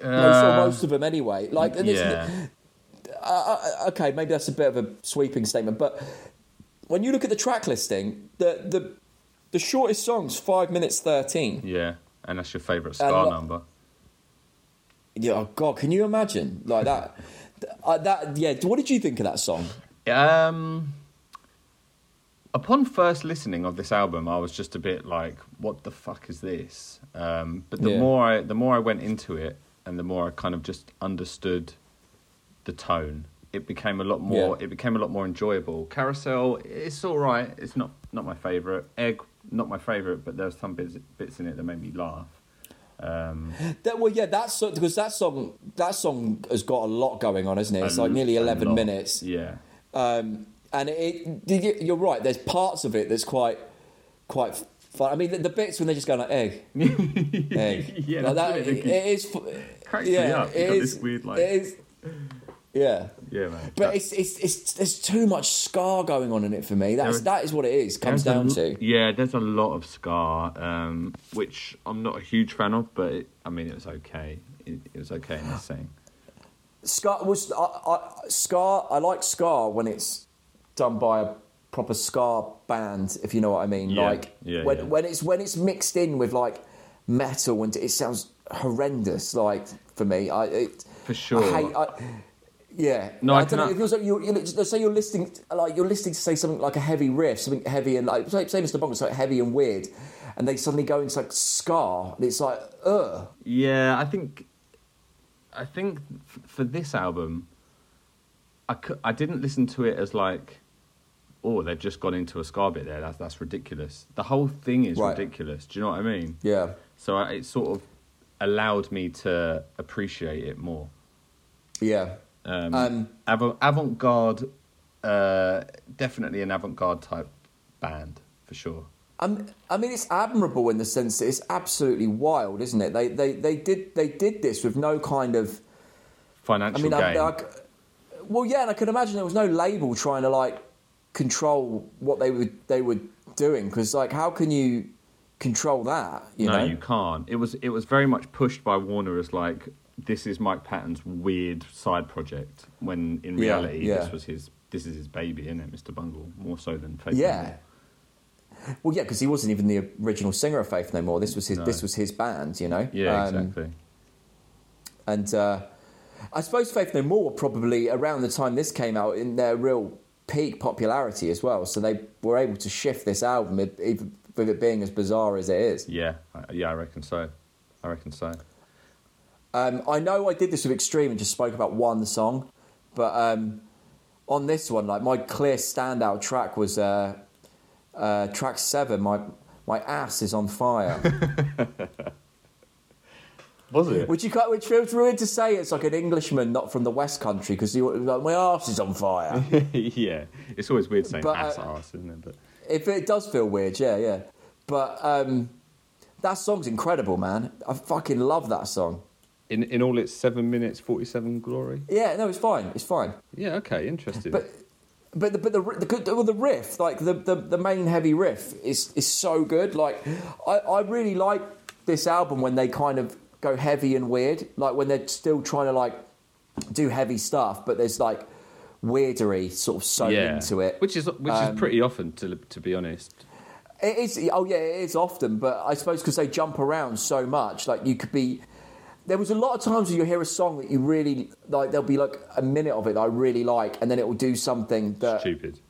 Speaker 2: most, or most of them anyway. Like, and it's- *laughs*
Speaker 1: yeah.
Speaker 2: uh, uh, okay, maybe that's a bit of a sweeping statement, but when you look at the track listing, the the the shortest song's five minutes thirteen.
Speaker 1: Yeah, and that's your favourite Scar
Speaker 2: lo-
Speaker 1: number.
Speaker 2: Yeah, oh God, can you imagine like that? uh, that yeah. What did you think of that song?
Speaker 1: Um, upon first listening of this album, I was just a bit like, "What the fuck is this?" Um, but the
Speaker 2: Yeah.
Speaker 1: more I, the more I went into it, and the more I kind of just understood the tone, it became a lot more.
Speaker 2: Yeah.
Speaker 1: It became a lot more enjoyable. Carousel, it's all right. It's not not my favorite. Egg, not my favorite, but there's some bits bits in it that made me laugh.
Speaker 2: That, well, yeah, that's so- because that song that song has got a lot going on, isn't it? It's
Speaker 1: A
Speaker 2: like
Speaker 1: l-
Speaker 2: nearly
Speaker 1: a
Speaker 2: eleven
Speaker 1: lot.
Speaker 2: minutes.
Speaker 1: Yeah,
Speaker 2: Um, and it, did you- you're right. There's parts of it that's quite, quite fun. I mean, the, the bits when they're just going like egg, egg,
Speaker 1: *laughs* Yeah,
Speaker 2: like
Speaker 1: that's
Speaker 2: that.
Speaker 1: it,
Speaker 2: It,
Speaker 1: they
Speaker 2: it is. fu-
Speaker 1: cracks me
Speaker 2: yeah,
Speaker 1: up. You've
Speaker 2: it
Speaker 1: got
Speaker 2: is-
Speaker 1: this weird, like-
Speaker 2: it is- yeah.
Speaker 1: yeah, man.
Speaker 2: But it's, it's it's there's too much scar going on in it for me. That's
Speaker 1: There-
Speaker 2: that is what it is. Comes
Speaker 1: There's
Speaker 2: down
Speaker 1: a l-
Speaker 2: to
Speaker 1: Yeah, there's a lot of Scar, um, which I'm not a huge fan of, but it, I mean, it was okay. It, it was okay
Speaker 2: *gasps*
Speaker 1: in the scene.
Speaker 2: scar was I, I, scar. I like scar when it's done by a proper scar band, if you know what I mean.
Speaker 1: Yeah,
Speaker 2: Like
Speaker 1: yeah,
Speaker 2: when
Speaker 1: yeah.
Speaker 2: when it's when it's mixed in with like metal and it sounds horrendous. Like for me, I it,
Speaker 1: For sure.
Speaker 2: I hate, I, yeah.
Speaker 1: No, I
Speaker 2: don't know.
Speaker 1: cannot-
Speaker 2: It feels like you're, you're, let's say you're listening, like you're listening to say something like a heavy riff, something heavy and like say, say Mr. Bong, it's like heavy and weird, and they suddenly go into like scar, and it's like ugh.
Speaker 1: Yeah, I think, I think f- for this album, I cou- I didn't listen to it as like oh, they've just gone into a ska bit there. That's that's ridiculous. The whole thing is
Speaker 2: Right.
Speaker 1: ridiculous. Do you know what I mean?
Speaker 2: Yeah.
Speaker 1: So I, it sort of allowed me to appreciate it more.
Speaker 2: Yeah.
Speaker 1: Um,
Speaker 2: Um,
Speaker 1: Avant avant garde, uh, definitely an avant garde type band for sure.
Speaker 2: Um, I mean, it's admirable in the sense that it's absolutely wild, isn't it? They they, they did they did this with no kind of. I
Speaker 1: Financial
Speaker 2: mean, I,
Speaker 1: gain.
Speaker 2: I c- well, yeah, and I could imagine there was no label trying to like control what they would they were doing because like how can you control that? You
Speaker 1: no,
Speaker 2: know,
Speaker 1: you can't. It was it was very much pushed by Warner as like this is Mike Patton's weird side project. When in
Speaker 2: Yeah,
Speaker 1: reality,
Speaker 2: yeah.
Speaker 1: this was his this is his baby, isn't it, Mr. Bungle? More so than Faith.
Speaker 2: yeah. Well, yeah, because he wasn't even the original singer of Faith No More. This was his
Speaker 1: No.
Speaker 2: this was his band, you know.
Speaker 1: yeah,
Speaker 2: Um,
Speaker 1: exactly.
Speaker 2: And uh, I suppose Faith No More were probably around the time this came out in their real peak popularity as well. So they were able to shift this album, it- even with it being as bizarre as it is.
Speaker 1: Yeah, I- yeah, I reckon so. I reckon so.
Speaker 2: Um, I know I did this with Extreme and just spoke about one song, but um, on this one, like my clear standout track was uh, uh, track seven. My my ass is on fire.
Speaker 3: Was
Speaker 1: *laughs*
Speaker 3: it?
Speaker 2: Which you can't, which feels weird to say. It's like an Englishman not from the West Country because you like, my ass is on fire.
Speaker 3: yeah, it's always weird saying
Speaker 2: But, uh,
Speaker 3: ass ass, isn't it? But
Speaker 2: If it does feel weird, yeah, yeah. But um, that song's incredible, man. I fucking love that song.
Speaker 3: in in all its seven minutes forty seven glory.
Speaker 2: Yeah, no, it's fine. It's fine.
Speaker 3: Yeah, okay, interesting.
Speaker 2: But but the, but the the, good- well, the riff, like the, the the main heavy riff, is is so good. Like I I really like this album when they kind of go heavy and weird. Like when they're still trying to like do heavy stuff, but there's like weirdery sort of sewn into it.
Speaker 3: which is which
Speaker 2: Um,
Speaker 3: is pretty often to to be honest.
Speaker 2: It is. Oh yeah, it is often. But I suppose because they jump around so much, like you could be. There was a lot of times where you hear a song that you really like. There'll be like a minute of it that I really like, and then it will do something that,
Speaker 3: Stupid.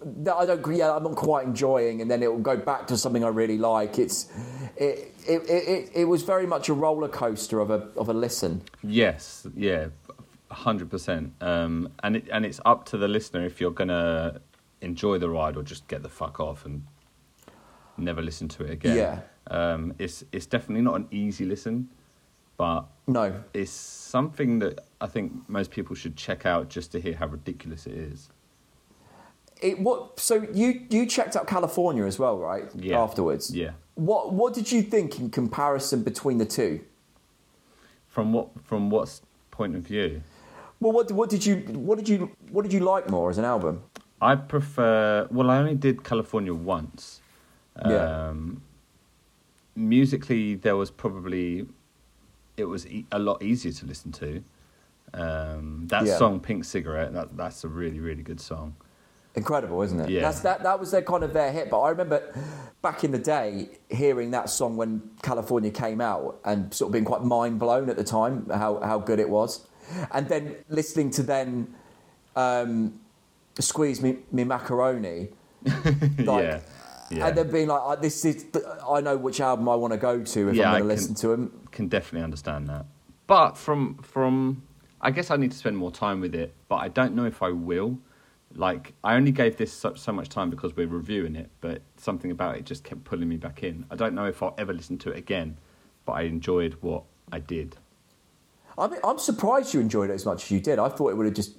Speaker 2: that I don't. Yeah, I'm not quite enjoying, and then it will go back to something I really like. It's. It it, it, it, it was very much a roller coaster of a of a listen.
Speaker 1: Yes, yeah, hundred percent. Um, and it and it's up to the listener if you're gonna enjoy the ride or just get the fuck off and never listen to it again.
Speaker 2: Yeah.
Speaker 1: Um, it's it's definitely not an easy listen, but
Speaker 2: No,
Speaker 1: it's something that I think most people should check out just to hear how ridiculous it is.
Speaker 2: it what? So you you checked out California as well, right?
Speaker 1: Yeah.
Speaker 2: Afterwards.
Speaker 1: Yeah.
Speaker 2: What what did you think in comparison between the two?
Speaker 1: From what from what point of view?
Speaker 2: Well, what, what did you what did you what did you like more as an album?
Speaker 1: I prefer. Well, I only did California once.
Speaker 2: Yeah.
Speaker 1: Um, musically, there was probably it was e- a lot easier to listen to. Um, that
Speaker 2: Yeah.
Speaker 1: song, Pink Cigarette, that, that's a really really good song. *laughs*
Speaker 2: Incredible, isn't it?
Speaker 1: Yeah.
Speaker 2: That's that that was their kind of their hit. But I remember back in the day hearing that song when California came out and sort of being quite mind blown at the time how how good it was, and then listening to then um, squeeze me me macaroni, like.
Speaker 1: yeah. Yeah.
Speaker 2: And then being like, "Oh, "This is, I know which album I want to go to if
Speaker 1: Yeah,
Speaker 2: I'm
Speaker 1: I
Speaker 2: going to
Speaker 1: can-
Speaker 2: listen to him."
Speaker 1: can definitely understand that. But from from I guess I need to spend more time with it, but I don't know if I will. Like I only gave this so, so much time because we're reviewing it, but something about it just kept pulling me back in. I don't know if I'll ever listen to it again, but I enjoyed what I did.
Speaker 2: I mean, I'm surprised you enjoyed it as much as you did. I thought it would have just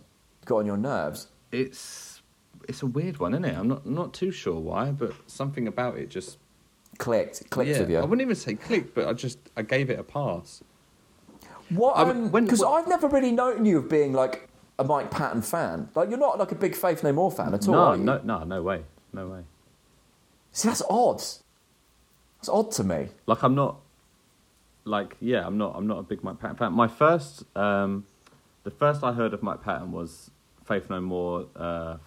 Speaker 2: got on your nerves.
Speaker 1: It's it's a weird one, isn't it? I'm not not too sure why, but
Speaker 3: Something about it just
Speaker 2: clicked, clicked
Speaker 3: yeah.
Speaker 2: with you.
Speaker 3: I wouldn't even say click, but I just I gave it a pass.
Speaker 2: what?
Speaker 1: I would- when-
Speaker 2: Because
Speaker 1: when-
Speaker 2: I've never really known you of being like a Mike Patton fan. Like you're not like a big Faith No More fan at all.
Speaker 3: No,
Speaker 2: are you?
Speaker 3: no, no, no way, no way.
Speaker 2: See, that's odd. That's odd to me.
Speaker 3: Like I'm not, like yeah, I'm not. I'm not a big Mike Patton fan. My first, um, the first I heard of Mike Patton was Faith No More. Uh,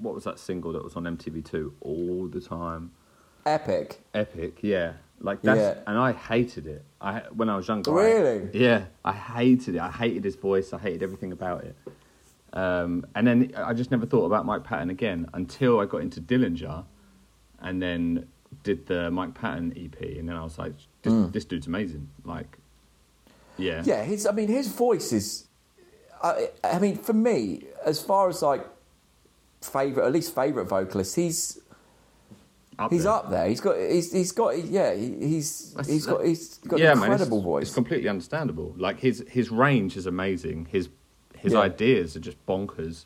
Speaker 3: what was that single that was on MTV Two all the time?
Speaker 2: Epic.
Speaker 3: Epic, yeah. Like that's
Speaker 2: Yeah.
Speaker 3: and I hated it. I when I was younger. I-
Speaker 2: Really?
Speaker 1: yeah, I hated it. I hated his voice. I hated everything about it. Um, and then I just never thought about Mike Patton again until I got into Dillinger, and then did the Mike Patton EP, and then I was like, this, this dude's amazing. Like, yeah,
Speaker 2: Hmm. Yeah. His. I mean, his voice is. I, I mean, for me, as far as like favorite, at least favorite vocalist. He's he's
Speaker 1: there.
Speaker 2: up there. He's got he's he's got yeah. he- He's
Speaker 1: That's-
Speaker 2: he's got he's got
Speaker 1: yeah,
Speaker 2: an
Speaker 1: man, it's-
Speaker 2: incredible voice.
Speaker 1: It's completely understandable. Like his his range is amazing. His his
Speaker 2: Yeah.
Speaker 1: ideas are just bonkers,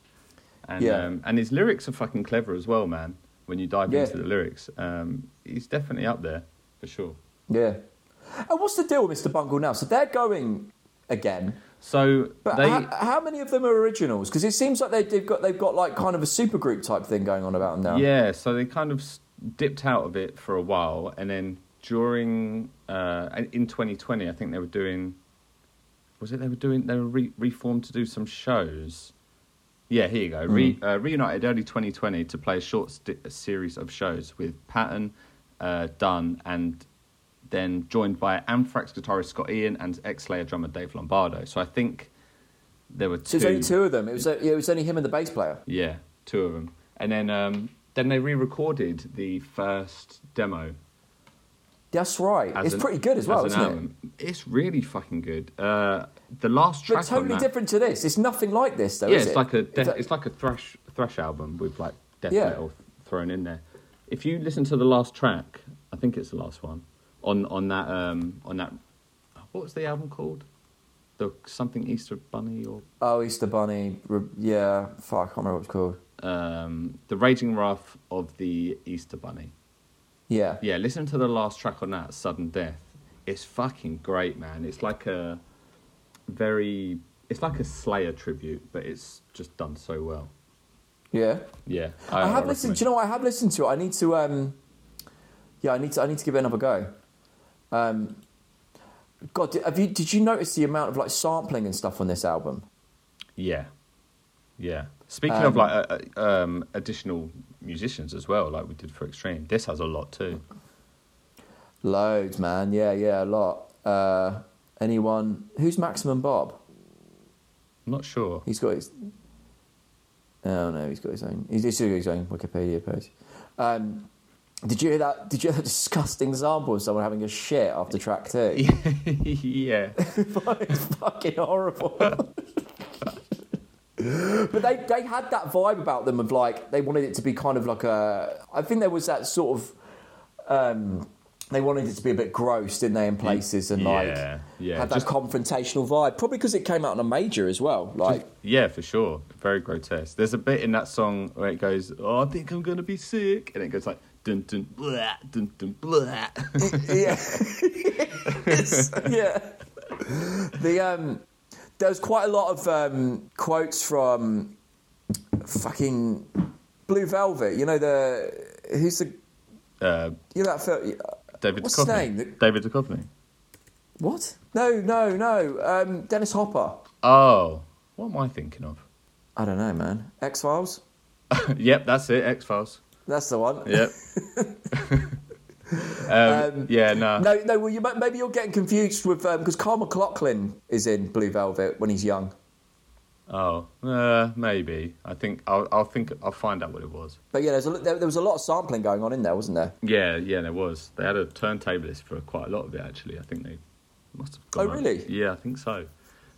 Speaker 1: and
Speaker 2: Yeah.
Speaker 1: um, and his lyrics are fucking clever as well, man. When you dive
Speaker 2: Yeah.
Speaker 1: into the lyrics, um, he's definitely up there for sure.
Speaker 2: yeah. And what's the deal with Mr. Bungle now? So they're going again.
Speaker 1: So
Speaker 2: But
Speaker 1: they
Speaker 2: how, how many of them are originals? Because it seems like they, they've got they've got like kind of a supergroup type thing going on about them now.
Speaker 1: Yeah, so they kind of s- dipped out of it for a while, and then during uh, in 2020, I think they were doing. Was it they were doing? They were re- reformed to do some shows. Yeah, here you go. Re,
Speaker 2: Mm.
Speaker 1: uh, reunited early 2020 to play a short st- a series of shows with Patton, uh, Dunn, and then joined by Anthrax guitarist Scott Ian and ex-Slayer drummer Dave Lombardo. So I think there were two.
Speaker 2: So it's only two of them. It was uh, it was only him and the bass player.
Speaker 1: Yeah, two of them. And then um, then they re-recorded the first demo.
Speaker 2: That's right.
Speaker 1: as
Speaker 2: it's
Speaker 1: an-
Speaker 2: pretty good as well,
Speaker 1: an
Speaker 2: isn't it?
Speaker 1: album. It's really fucking good. Uh, the last track
Speaker 2: But totally
Speaker 1: on that,
Speaker 2: different to this. It's nothing like this, though.
Speaker 1: Yeah,
Speaker 2: is
Speaker 1: it's
Speaker 2: it?
Speaker 1: like a de-
Speaker 2: It's like-
Speaker 1: it's like a thrash thrash album with like death
Speaker 2: Yeah.
Speaker 1: metal thrown in there. If you listen to the last track, I think it's the last one on on that um on that what was the album called? The something Easter Bunny or
Speaker 2: oh Easter Bunny. Re- yeah, fuck, I can't remember what it's called.
Speaker 1: um the Raging Wrath of the Easter Bunny.
Speaker 2: Yeah,
Speaker 1: yeah, listen to the last track on that, Sudden Death. It's fucking great, man. It's like a very, it's like a Slayer tribute, but it's just done so well.
Speaker 2: yeah.
Speaker 1: Yeah,
Speaker 2: I, have listened. Do you know? what? I have listened to it. I need to. Um, yeah, I need to. I need to give it another go. Um, God, did, have you? Did you notice the amount of like sampling and stuff on this album?
Speaker 1: Yeah, yeah. Speaking of like uh, uh, um, additional musicians as well, like we did for Extreme, this has a lot too.
Speaker 2: Loads, man. Yeah, yeah, a lot. Uh, anyone? Who's Maximum Bob?
Speaker 1: I'm not sure.
Speaker 2: He's got his. Oh no, he's got his own. He's, he's got his own Wikipedia page. Um, did you hear that? Did you hear that *laughs* disgusting example of someone having a shit after track
Speaker 1: *laughs*
Speaker 2: two? *laughs*
Speaker 1: yeah,
Speaker 2: it's fucking horrible. *laughs* but they they had that vibe about them of like they wanted it to be kind of like a. I think there was that sort of. Um, they wanted it to be a bit gross, didn't they? In places and like
Speaker 1: Yeah, yeah,
Speaker 2: had that
Speaker 1: just-
Speaker 2: confrontational vibe. Probably because it came out on a major as well. Like
Speaker 1: yeah, for sure. Very grotesque. There's a bit in that song where it goes, "Oh, I think I'm gonna be sick," and it goes like, "Dun dun blah, dun dun blah."
Speaker 2: *laughs* yeah. *laughs* It's- yeah. The um, there was quite a lot of um, quotes from fucking Blue Velvet. You know the who's the
Speaker 1: uh,
Speaker 2: you know that film?
Speaker 1: David
Speaker 2: What's his
Speaker 1: Duchovny.
Speaker 2: name? The-
Speaker 1: David Duchovny.
Speaker 2: What? No, no, no. Um, Dennis Hopper.
Speaker 1: Oh, what am I thinking of? *laughs*
Speaker 2: I don't know, man. X Files.
Speaker 1: yep, that's it. X Files.
Speaker 2: That's the one.
Speaker 1: Yep. *laughs* um, yeah, nah.
Speaker 2: *laughs* No, no. Well, you might- maybe you're getting confused with um, because Carl McLaughlin is in Blue Velvet when he's young.
Speaker 1: Oh, uh, maybe. I think I'll, I'll think I'll find out what it was.
Speaker 2: But yeah, there's a, lo- there, there was a lot of sampling going on in there, wasn't there?
Speaker 1: Yeah, yeah, there was. They had a turntablist for quite a lot of it actually. I think they must have. Gone
Speaker 2: Oh,
Speaker 1: over-
Speaker 2: really?
Speaker 1: Yeah, I think so.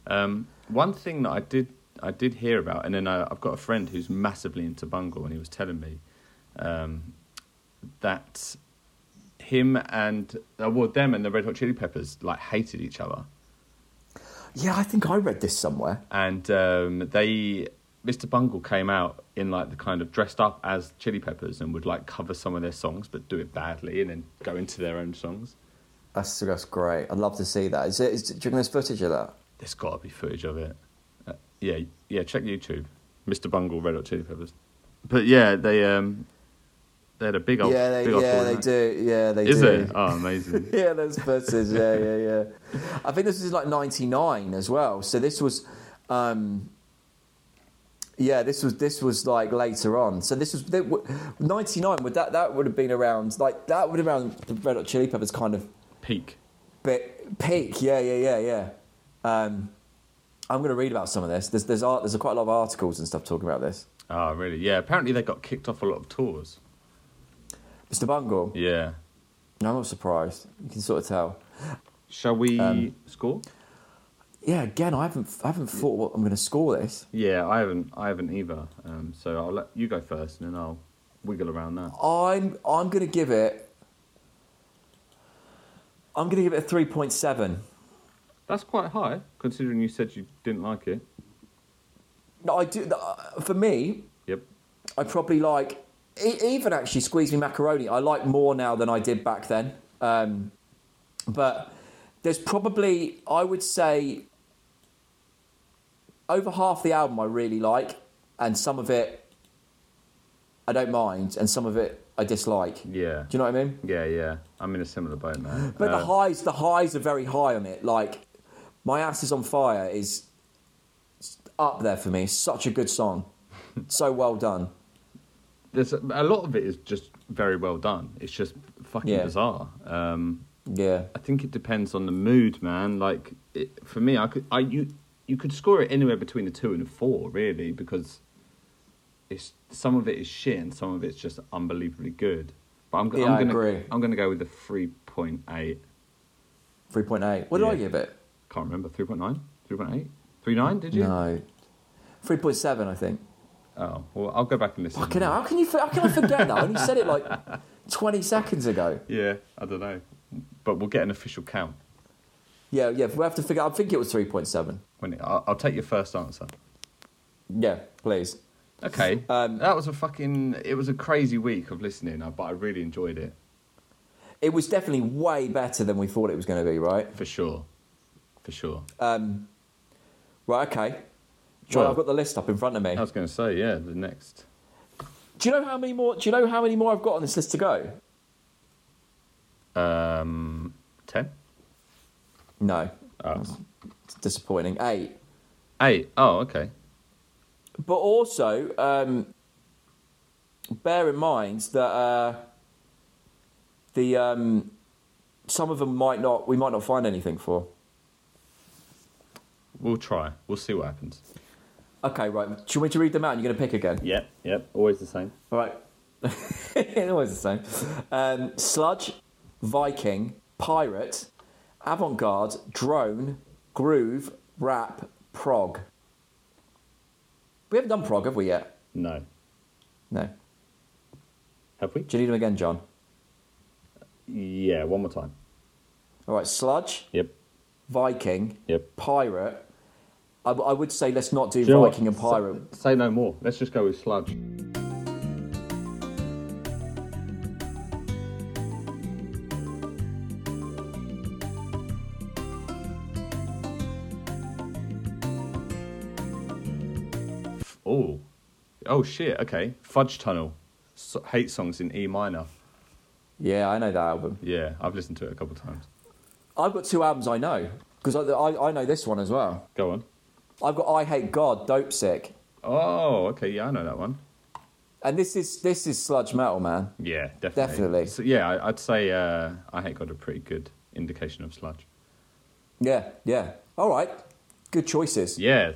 Speaker 1: Um, one thing that I did I did hear about, and then I, I've got a friend who's massively into Bungle, and he was telling me um, that him and uh, well, them and the Red Hot Chili Peppers like hated each other,
Speaker 2: Yeah, I think I read this somewhere.
Speaker 1: and um, they. Mr. Bungle came out in like the kind of dressed up as Chili Peppers and would like cover some of their songs but do it badly and then go into their own songs.
Speaker 2: That's, that's great. I'd love to see that. Is it? Is, do you reckon there's footage of that?
Speaker 1: There's got to be footage of it. Uh, yeah, yeah. Check YouTube, Mr. Bungle, Red Hot Chili Peppers. But yeah, they um, they had a big old
Speaker 2: yeah,
Speaker 1: Oh, big
Speaker 2: they,
Speaker 1: old
Speaker 2: yeah,
Speaker 1: falling
Speaker 2: they
Speaker 1: out.
Speaker 2: do. Yeah, they
Speaker 1: Is
Speaker 2: do.
Speaker 1: it? Oh, amazing.
Speaker 2: *laughs* Yeah, there's footage. Yeah, yeah, yeah. I think this is like '99 as well. So this was, um, yeah, this was this was like later on. So this was '99. Would that that would have been around like that would have been around the Red Hot Chili Peppers kind of
Speaker 1: Peak.
Speaker 2: bit peak. Yeah, yeah, yeah, yeah. Um, I'm going to read about some of this. There's there's art. There's quite a lot of articles and stuff talking about this.
Speaker 1: Oh, really? Yeah. Apparently, they got kicked off a lot of tours.
Speaker 2: Mr. Bungle.
Speaker 1: Yeah.
Speaker 2: No, I'm not surprised. You can sort of tell.
Speaker 1: Um, Shall we score?
Speaker 2: yeah, again, I haven't I haven't thought what I'm going to score this.
Speaker 1: Yeah, I haven't. I haven't either. Um, so I'll let you go first, and then I'll wiggle around that.
Speaker 2: I'm I'm going to give it. I'm going to give it a three point seven.
Speaker 1: That's quite high, considering you said you didn't like it.
Speaker 2: No, I do. uh, For me,
Speaker 1: Yep.
Speaker 2: I probably like e- even actually squeeze me macaroni. I like more now than I did back then. Um, but there's probably I would say over half the album I really like, and some of it I don't mind, and some of it I dislike.
Speaker 1: Yeah.
Speaker 2: Do you know what I mean?
Speaker 1: Yeah, yeah. I'm in a similar boat, man.
Speaker 2: But
Speaker 1: Uh,
Speaker 2: the highs, the highs are very high on it. Like, my ass is on fire is up there for me. Such a good song. so well done.
Speaker 1: there's a, a lot of it is just very well done. It's just fucking
Speaker 2: Yeah.
Speaker 1: bizarre. Um,
Speaker 2: Yeah.
Speaker 1: I think it depends on the mood, man. Like it, for me, I could, I you, you could score it anywhere between a two and a four, really, because it's some of it is shit and some of it's just unbelievably good. But I'm, go-
Speaker 2: Yeah,
Speaker 1: I'm
Speaker 2: I
Speaker 1: gonna,
Speaker 2: agree.
Speaker 1: I'm gonna go with a three point eight.
Speaker 2: 3.8. What did I
Speaker 1: Yeah.
Speaker 2: give it?
Speaker 1: Can't remember 3.9? 3.8? 3.9, Did you?
Speaker 2: No. 3.7, I think.
Speaker 1: Oh well, I'll go back and listen.
Speaker 2: Fucking hell, how can you? for- How can I forget that? I only said it like *laughs* 20 seconds ago.
Speaker 1: Yeah, I don't know, but we'll get an official count.
Speaker 2: Yeah, yeah. We have to figure. I think it was 3.7.
Speaker 1: When it, I'll, I'll take your first answer.
Speaker 2: Yeah, please.
Speaker 1: Okay,
Speaker 2: Um,
Speaker 1: that was a fucking. It was a crazy week of listening, uh, but I really enjoyed it
Speaker 2: It was definitely way better than we thought it was going to be. Right.
Speaker 1: for sure, for sure.
Speaker 2: Um, right. Okay. John,
Speaker 1: Well- Oh.
Speaker 2: I've got the list up in front of me.
Speaker 1: I was going to say, yeah, the next.
Speaker 2: Do you know how many more? Do you know how many more I've got on this list to go?
Speaker 1: Um, ten?
Speaker 2: No,
Speaker 1: Oh.
Speaker 2: it's disappointing. Eight,
Speaker 1: Eight. Oh, okay.
Speaker 2: but also um, bear in mind that uh, the um, some of them might not. We might not find anything for.
Speaker 1: We'll try. We'll see what happens.
Speaker 2: Okay, right. Do you want me to read them out? And you're going to pick again.
Speaker 1: Yep, yep. Always the same.
Speaker 2: All right. *laughs* Always the same. Um, sludge, Viking, pirate, avant garde, drone, groove, rap, prog. We haven't done prog, have we yet?
Speaker 1: No.
Speaker 2: No.
Speaker 1: Have we?
Speaker 2: Do you need them again, John?
Speaker 1: Yeah, one more time.
Speaker 2: All right. Sludge,
Speaker 1: Yep,
Speaker 2: Viking,
Speaker 1: yep.
Speaker 2: pirate. I, I would say let's not do
Speaker 1: Do you know what?
Speaker 2: Viking and pirate.
Speaker 1: Say, say no more. Let's just go with sludge. Oh, oh shit. Okay, Fudge Tunnel, so, hate songs in E minor.
Speaker 2: Yeah, I know that album.
Speaker 1: Yeah, I've listened to it a couple times.
Speaker 2: I've got two albums I know because I, I, I know this one as well.
Speaker 1: Go on.
Speaker 2: I've got I Hate God, Dope Sick,
Speaker 1: Oh, okay. Yeah, I know that one.
Speaker 2: and this is this is sludge metal, man.
Speaker 1: Yeah, definitely.
Speaker 2: Definitely.
Speaker 1: So, yeah, I, I'd say uh, I hate got a pretty good indication of sludge.
Speaker 2: Yeah, yeah. All right. Good choices.
Speaker 1: Yeah,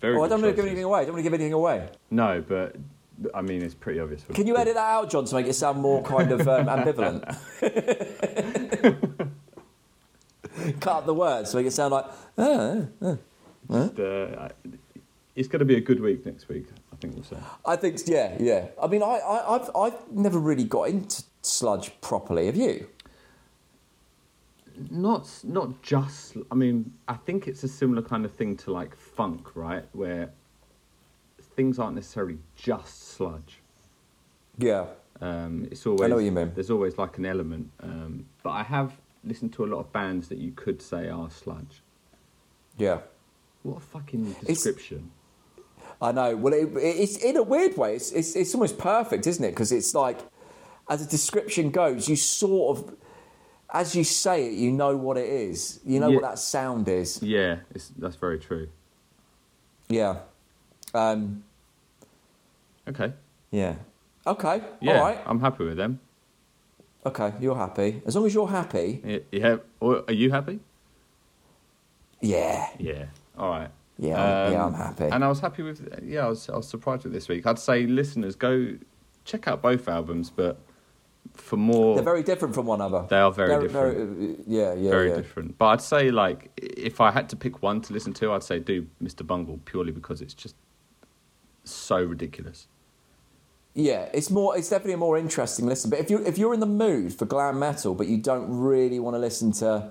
Speaker 1: very.
Speaker 2: Oh, I
Speaker 1: good
Speaker 2: don't want to give
Speaker 1: choices.
Speaker 2: anything away. I don't want to give anything away.
Speaker 1: No, but I mean, it's pretty obvious.
Speaker 2: Can you edit that out, John, to make it sound more kind of
Speaker 1: *laughs*
Speaker 2: um, ambivalent? *laughs* Cut out the words to make it sound like, oh,
Speaker 1: Just, uh, I- it's going to be a good week next week. I think we'll say.
Speaker 2: I think, yeah, yeah. I mean, I, I, I've, I've never really got into sludge properly. Have you?
Speaker 1: Not not just. I mean, I think it's a similar kind of thing to like funk, right? Where things aren't necessarily just sludge.
Speaker 2: Yeah.
Speaker 1: Um, it's always
Speaker 2: what you mean.
Speaker 1: there's always like an element, um, but I have listened to a lot of bands that you could say are sludge.
Speaker 2: Yeah.
Speaker 1: What a fucking description!
Speaker 2: I know. Well, it, it's in a weird way. It's, it's it's almost perfect, isn't it? Because it's like, as a description goes, you sort of, as you say it, you know what it is. You know
Speaker 1: Yeah.
Speaker 2: what that sound is.
Speaker 1: yeah, it's, that's very true.
Speaker 2: Yeah. Um.
Speaker 1: Okay,
Speaker 2: Yeah. Okay.
Speaker 1: yeah,
Speaker 2: All right.
Speaker 1: I'm happy with them.
Speaker 2: Okay. You're happy. As long as you're happy.
Speaker 1: Yeah, yeah. Or- Are you happy?
Speaker 2: Yeah.
Speaker 1: Yeah. All right.
Speaker 2: Yeah, I'm- yeah, I'm happy.
Speaker 1: And I was happy with. Yeah, I was. I was surprised with this week. I'd say listeners go check out both albums, but
Speaker 3: for more.
Speaker 2: They're very different from one another.
Speaker 1: They are very
Speaker 2: They're
Speaker 1: different.
Speaker 2: very- uh, yeah, yeah,
Speaker 1: very
Speaker 2: yeah.
Speaker 1: different. But I'd say like if I had to pick one to listen to, I'd say do Mr. Bungle purely because it's just so ridiculous.
Speaker 2: Yeah, it's more. It's definitely a more interesting listen. But if you if you're in the mood for glam metal, but you don't really want to listen to,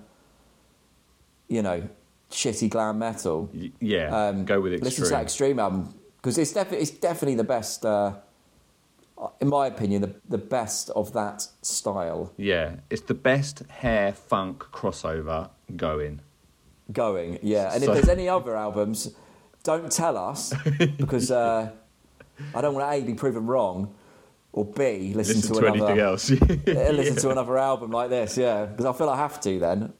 Speaker 2: you know, shitty glam metal,
Speaker 1: Y- yeah, go with extreme.
Speaker 2: Um, Listen to that extreme album because it's definitely it's definitely the best, uh, in my opinion, the the best of that style
Speaker 1: yeah, it's the best hair funk crossover going.
Speaker 2: going. Yeah, and
Speaker 1: So-
Speaker 2: if there's any other albums, don't tell us because uh, I don't want to a be proven wrong, or b listen,
Speaker 1: Listen to,
Speaker 2: another
Speaker 1: anything else. *laughs*
Speaker 2: Yeah, listen to another album like this, yeah, because I feel I have to then,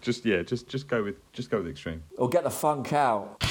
Speaker 1: just yeah, just just go with just go with extreme.
Speaker 2: or get the funk out.